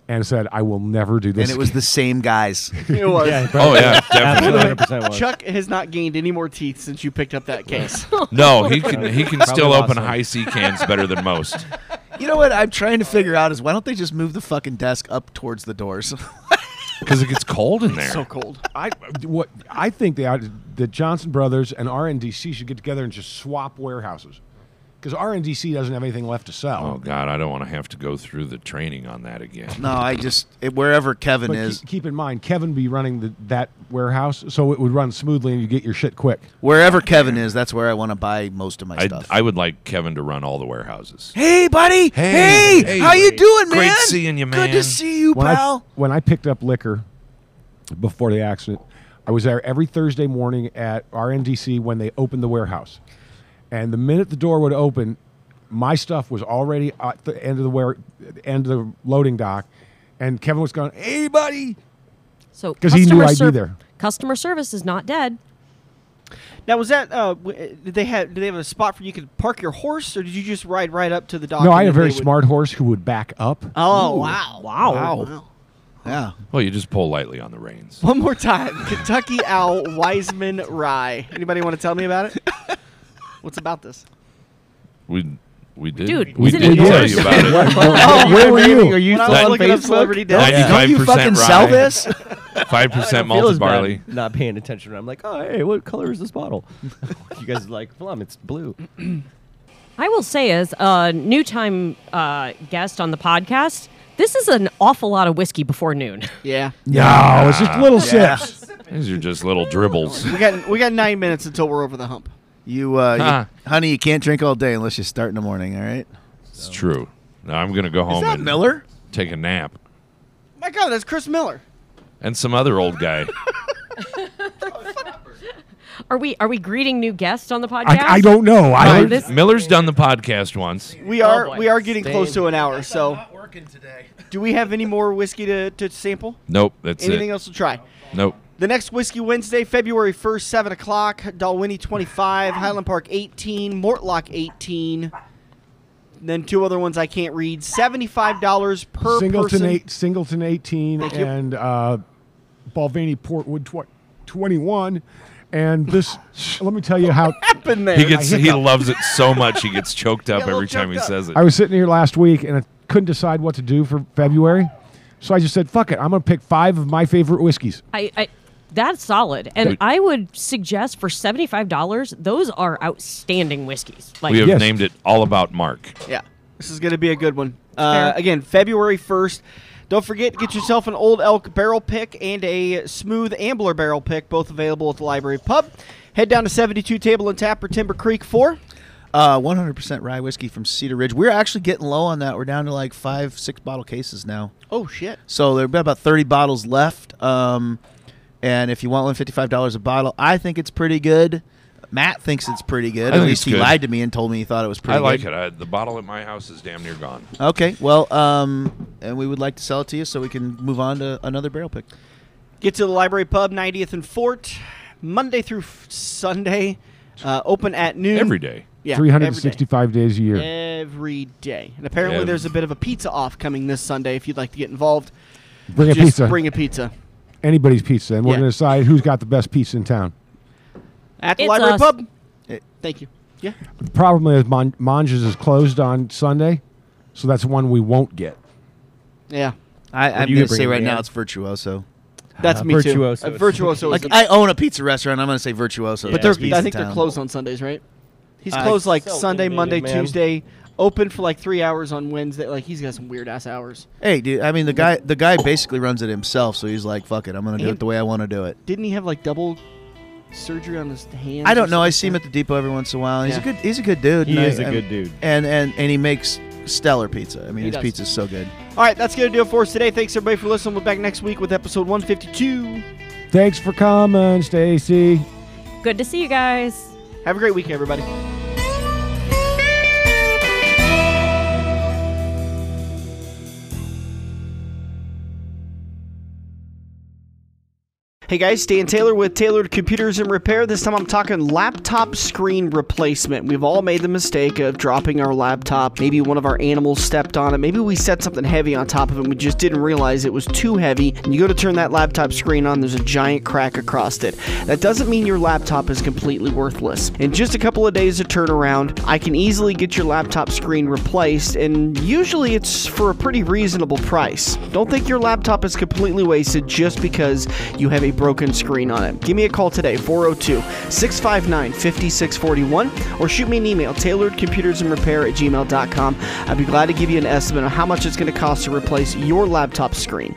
Speaker 2: and said, "I will never do this."
Speaker 3: and it was the same guys.
Speaker 1: It was.
Speaker 5: Oh yeah, definitely.
Speaker 4: Absolutely. 100% was.
Speaker 1: Chuck has not gained any more teeth since you picked up that case.
Speaker 5: No, he can he can
Speaker 4: Probably
Speaker 5: still
Speaker 4: lost
Speaker 5: open
Speaker 4: some.
Speaker 5: high C cans better than most.
Speaker 3: You know what I'm trying to figure out is why don't they just move the fucking desk up towards the doors?
Speaker 5: Because it gets cold in there.
Speaker 1: so cold.
Speaker 2: I what I think they ought, the Johnson Brothers and RNDC should get together and just swap warehouses because RNDC doesn't have anything left to sell.
Speaker 5: Oh God, I don't want to have to go through the training on that again.
Speaker 3: no, I just it, wherever Kevin
Speaker 2: but ke-
Speaker 3: is,
Speaker 2: keep, in mind, Kevin be running the, that warehouse, so it would run smoothly and you get your shit quick.
Speaker 3: wherever Kevin is, that's where I want to buy most of my
Speaker 5: I,
Speaker 3: stuff.
Speaker 5: I would like Kevin to run all the warehouses.
Speaker 3: hey, buddy.
Speaker 5: Hey.
Speaker 3: Hey,
Speaker 5: Hey,
Speaker 3: how you
Speaker 5: buddy.
Speaker 3: doing, man?
Speaker 5: Great seeing you,
Speaker 3: Good to
Speaker 5: man.
Speaker 3: see you,
Speaker 2: When I
Speaker 3: pal.
Speaker 2: when I picked up liquor before the accident, I was there every Thursday morning at RNDC when they opened the warehouse, and the minute the door would open, my stuff was already at the end of the ware, end of the loading dock, and Kevin was going, "Hey, buddy."
Speaker 6: So
Speaker 2: 'Cause he knew
Speaker 6: customer
Speaker 2: I'd be
Speaker 6: serv-
Speaker 2: there.
Speaker 6: Customer service is not dead.
Speaker 1: Now, was that uh, w- did they have did they have a spot for you could park your horse, or did you just ride right up to the dock?
Speaker 2: No,
Speaker 1: and
Speaker 2: I had a
Speaker 1: then
Speaker 2: very
Speaker 1: they would-
Speaker 2: smart horse who would back up.
Speaker 1: Oh wow!
Speaker 3: Wow. Yeah.
Speaker 5: Well, you just pull lightly on the reins.
Speaker 1: One more time, Kentucky Owl Wiseman Rye. Anybody want to tell me about it? What's about this?
Speaker 5: We we did.
Speaker 6: Dude,
Speaker 5: we
Speaker 6: was it
Speaker 5: did
Speaker 6: in
Speaker 5: tell
Speaker 6: yours?
Speaker 5: you about it.
Speaker 4: Oh,
Speaker 2: Where were you?
Speaker 1: Are you
Speaker 5: still
Speaker 1: I was
Speaker 5: on
Speaker 1: looking up
Speaker 5: Facebook?
Speaker 1: celebrity death?
Speaker 5: Ninety
Speaker 3: Don't
Speaker 5: five
Speaker 3: you fucking
Speaker 5: percent
Speaker 3: sell this?
Speaker 5: Five percent
Speaker 4: Feel as
Speaker 5: malted
Speaker 4: bad
Speaker 5: barley.
Speaker 4: Not paying attention. I'm like, oh, hey, what color is this bottle? you guys are like, Flum, it's blue.
Speaker 6: I will say, as a new time uh, guest on the podcast, this is an awful lot of whiskey before noon.
Speaker 1: Yeah,
Speaker 2: No, it's just little sips.
Speaker 5: These are just little dribbles.
Speaker 1: we got we got nine minutes until we're over the hump.
Speaker 3: You, uh, you-
Speaker 5: Huh.
Speaker 3: honey, you can't drink all day unless you start in the morning. All right.
Speaker 5: It's true. Now I'm gonna go home
Speaker 3: that
Speaker 5: and
Speaker 3: Miller?
Speaker 5: take a nap.
Speaker 1: My God, that's Chris Miller.
Speaker 5: And some other old guy.
Speaker 6: Are we are we greeting new guests on the podcast?
Speaker 2: I, I don't know. I
Speaker 6: Right.
Speaker 2: don't,
Speaker 6: This-
Speaker 5: Miller's done the podcast once.
Speaker 1: We
Speaker 2: Oh,
Speaker 1: are
Speaker 6: boy.
Speaker 1: we are getting
Speaker 4: Stay
Speaker 1: close
Speaker 4: in
Speaker 1: to an hour. So,
Speaker 3: working today.
Speaker 1: do we have any more whiskey to, to sample?
Speaker 5: Nope, that's
Speaker 1: Anything
Speaker 5: it.
Speaker 1: else to try?
Speaker 5: Nope.
Speaker 1: The next Whiskey Wednesday, February 1st, 7 o'clock, Dalwhinnie 25, Highland Park 18, Mortlock 18. Then two other ones I can't read. $75 per
Speaker 2: Singleton
Speaker 1: person.
Speaker 2: eight, Singleton eighteen,
Speaker 1: Thank you.
Speaker 2: and uh, Balvenie Portwood tw- twenty one. And this, let me tell you how
Speaker 1: Been there.
Speaker 5: He gets
Speaker 2: I
Speaker 5: he
Speaker 2: hiccup.
Speaker 5: loves it so much he gets choked up
Speaker 1: a little
Speaker 5: every time he
Speaker 1: choked up.
Speaker 5: says it.
Speaker 2: I was sitting here last week and I couldn't decide what to do for February, so I just said, "Fuck it, I'm gonna pick five of my favorite whiskeys."
Speaker 6: I, I that's solid, and
Speaker 5: Dude.
Speaker 6: I would suggest for seventy five dollars, those are outstanding whiskeys. Like
Speaker 5: we have
Speaker 2: Yes.
Speaker 5: named it all about Mark.
Speaker 1: Yeah. This is going to be a good one. Uh,
Speaker 6: fair.
Speaker 1: again, February 1st. Don't forget, get yourself an Old Elk barrel pick and a Smooth Ambler barrel pick, both available at the Library Pub. Head down to 72 Table and Tap or Timber Creek for.
Speaker 3: Uh, 100% rye whiskey from Cedar Ridge. We're actually getting low on that. We're down to like five, six bottle cases now.
Speaker 1: Oh, shit.
Speaker 3: So there've been about 30 bottles left. Um, and if you want one, $55 a bottle. I think it's pretty good. Matt thinks it's pretty good.
Speaker 5: I
Speaker 3: At
Speaker 5: think
Speaker 3: least
Speaker 5: it's
Speaker 3: he
Speaker 5: good.
Speaker 3: lied to me and told me he thought it was pretty
Speaker 5: I like
Speaker 3: good.
Speaker 5: it. I, the bottle at my house is damn near gone.
Speaker 3: Okay. Well, um, and we would like to sell it to you so we can move on to another barrel pick.
Speaker 1: Get to the Library Pub, 90th and Fort, Monday through f- Sunday. Uh, open at noon.
Speaker 5: Every day.
Speaker 1: Yeah,
Speaker 2: Three hundred and sixty-five days a year.
Speaker 1: every day. Every day. And apparently
Speaker 5: Ev-
Speaker 1: there's a bit of a pizza off coming this Sunday if you'd like to get involved.
Speaker 2: Bring a
Speaker 1: Just
Speaker 2: pizza,
Speaker 1: bring a pizza.
Speaker 2: anybody's pizza, and we're
Speaker 1: Yeah.
Speaker 2: gonna decide who's got the best pizza in town.
Speaker 1: At the
Speaker 6: It's
Speaker 1: Library
Speaker 6: us.
Speaker 1: Pub. Eh,
Speaker 3: It-
Speaker 1: Thank you. Yeah.
Speaker 2: The problem is Mon- Monge's is closed on Sunday, so that's one we won't get.
Speaker 1: Yeah.
Speaker 3: I, I'm going
Speaker 4: you
Speaker 3: to
Speaker 4: gonna
Speaker 3: say
Speaker 4: bring,
Speaker 3: right now
Speaker 4: Dan?
Speaker 3: it's Virtuoso.
Speaker 1: That's
Speaker 4: Uh,
Speaker 1: me
Speaker 4: Virtuoso.
Speaker 1: too. Uh, virtuoso.
Speaker 3: Like
Speaker 1: is
Speaker 3: I own a pizza restaurant. I'm going to say Virtuoso.
Speaker 1: but
Speaker 4: Yeah,
Speaker 1: they're,
Speaker 4: he's
Speaker 1: I think they're closed on Sundays, right? He's
Speaker 2: Uh,
Speaker 3: I-
Speaker 1: closed like
Speaker 4: So
Speaker 1: Sunday,
Speaker 4: innovative,
Speaker 1: Monday,
Speaker 4: man.
Speaker 1: Tuesday. Open for like three hours on Wednesday. Like he's got some weird ass hours.
Speaker 3: Hey, dude. I mean, the guy the guy basically runs it himself, so he's like, "Fuck it, I'm gonna do it the way I want to do it."
Speaker 1: Didn't he have like double surgery on his hands?
Speaker 3: I
Speaker 1: or
Speaker 3: don't know. I
Speaker 1: something
Speaker 3: see
Speaker 1: like
Speaker 3: him at the depot every once in a while. and He's
Speaker 1: Yeah.
Speaker 3: a good he's a good dude.
Speaker 4: He
Speaker 3: and
Speaker 4: is
Speaker 3: I-
Speaker 4: a
Speaker 3: I'm-
Speaker 4: good dude.
Speaker 3: and and and he makes stellar pizza. I mean,
Speaker 1: He
Speaker 3: his
Speaker 1: does.
Speaker 3: pizza's so good.
Speaker 1: All right, that's going to do it for us today. Thanks, everybody, for listening. We'll be back next week with episode 152.
Speaker 2: Thanks for coming, Stacy.
Speaker 6: good to see you guys.
Speaker 1: Have a great week, everybody. Hey guys, Dan Taylor with Tailored Computers and Repair. This time I'm talking laptop screen replacement. We've all made the mistake of dropping our laptop. Maybe one of our animals stepped on it. Maybe we set something heavy on top of it and we just didn't realize it was too heavy. And you go to turn that laptop screen on, there's a giant crack across it. That doesn't mean your laptop is completely worthless. In just a couple of days of turnaround, I can easily get your laptop screen replaced, and usually it's for a pretty reasonable price. Don't think your laptop is completely wasted just because you have a broken screen on it. Give me a call today, 402 659 5641, or shoot me an email, tailoredcomputersandrepair at gmail.com. I'd be glad to give you an estimate on how much it's going to cost to replace your laptop screen.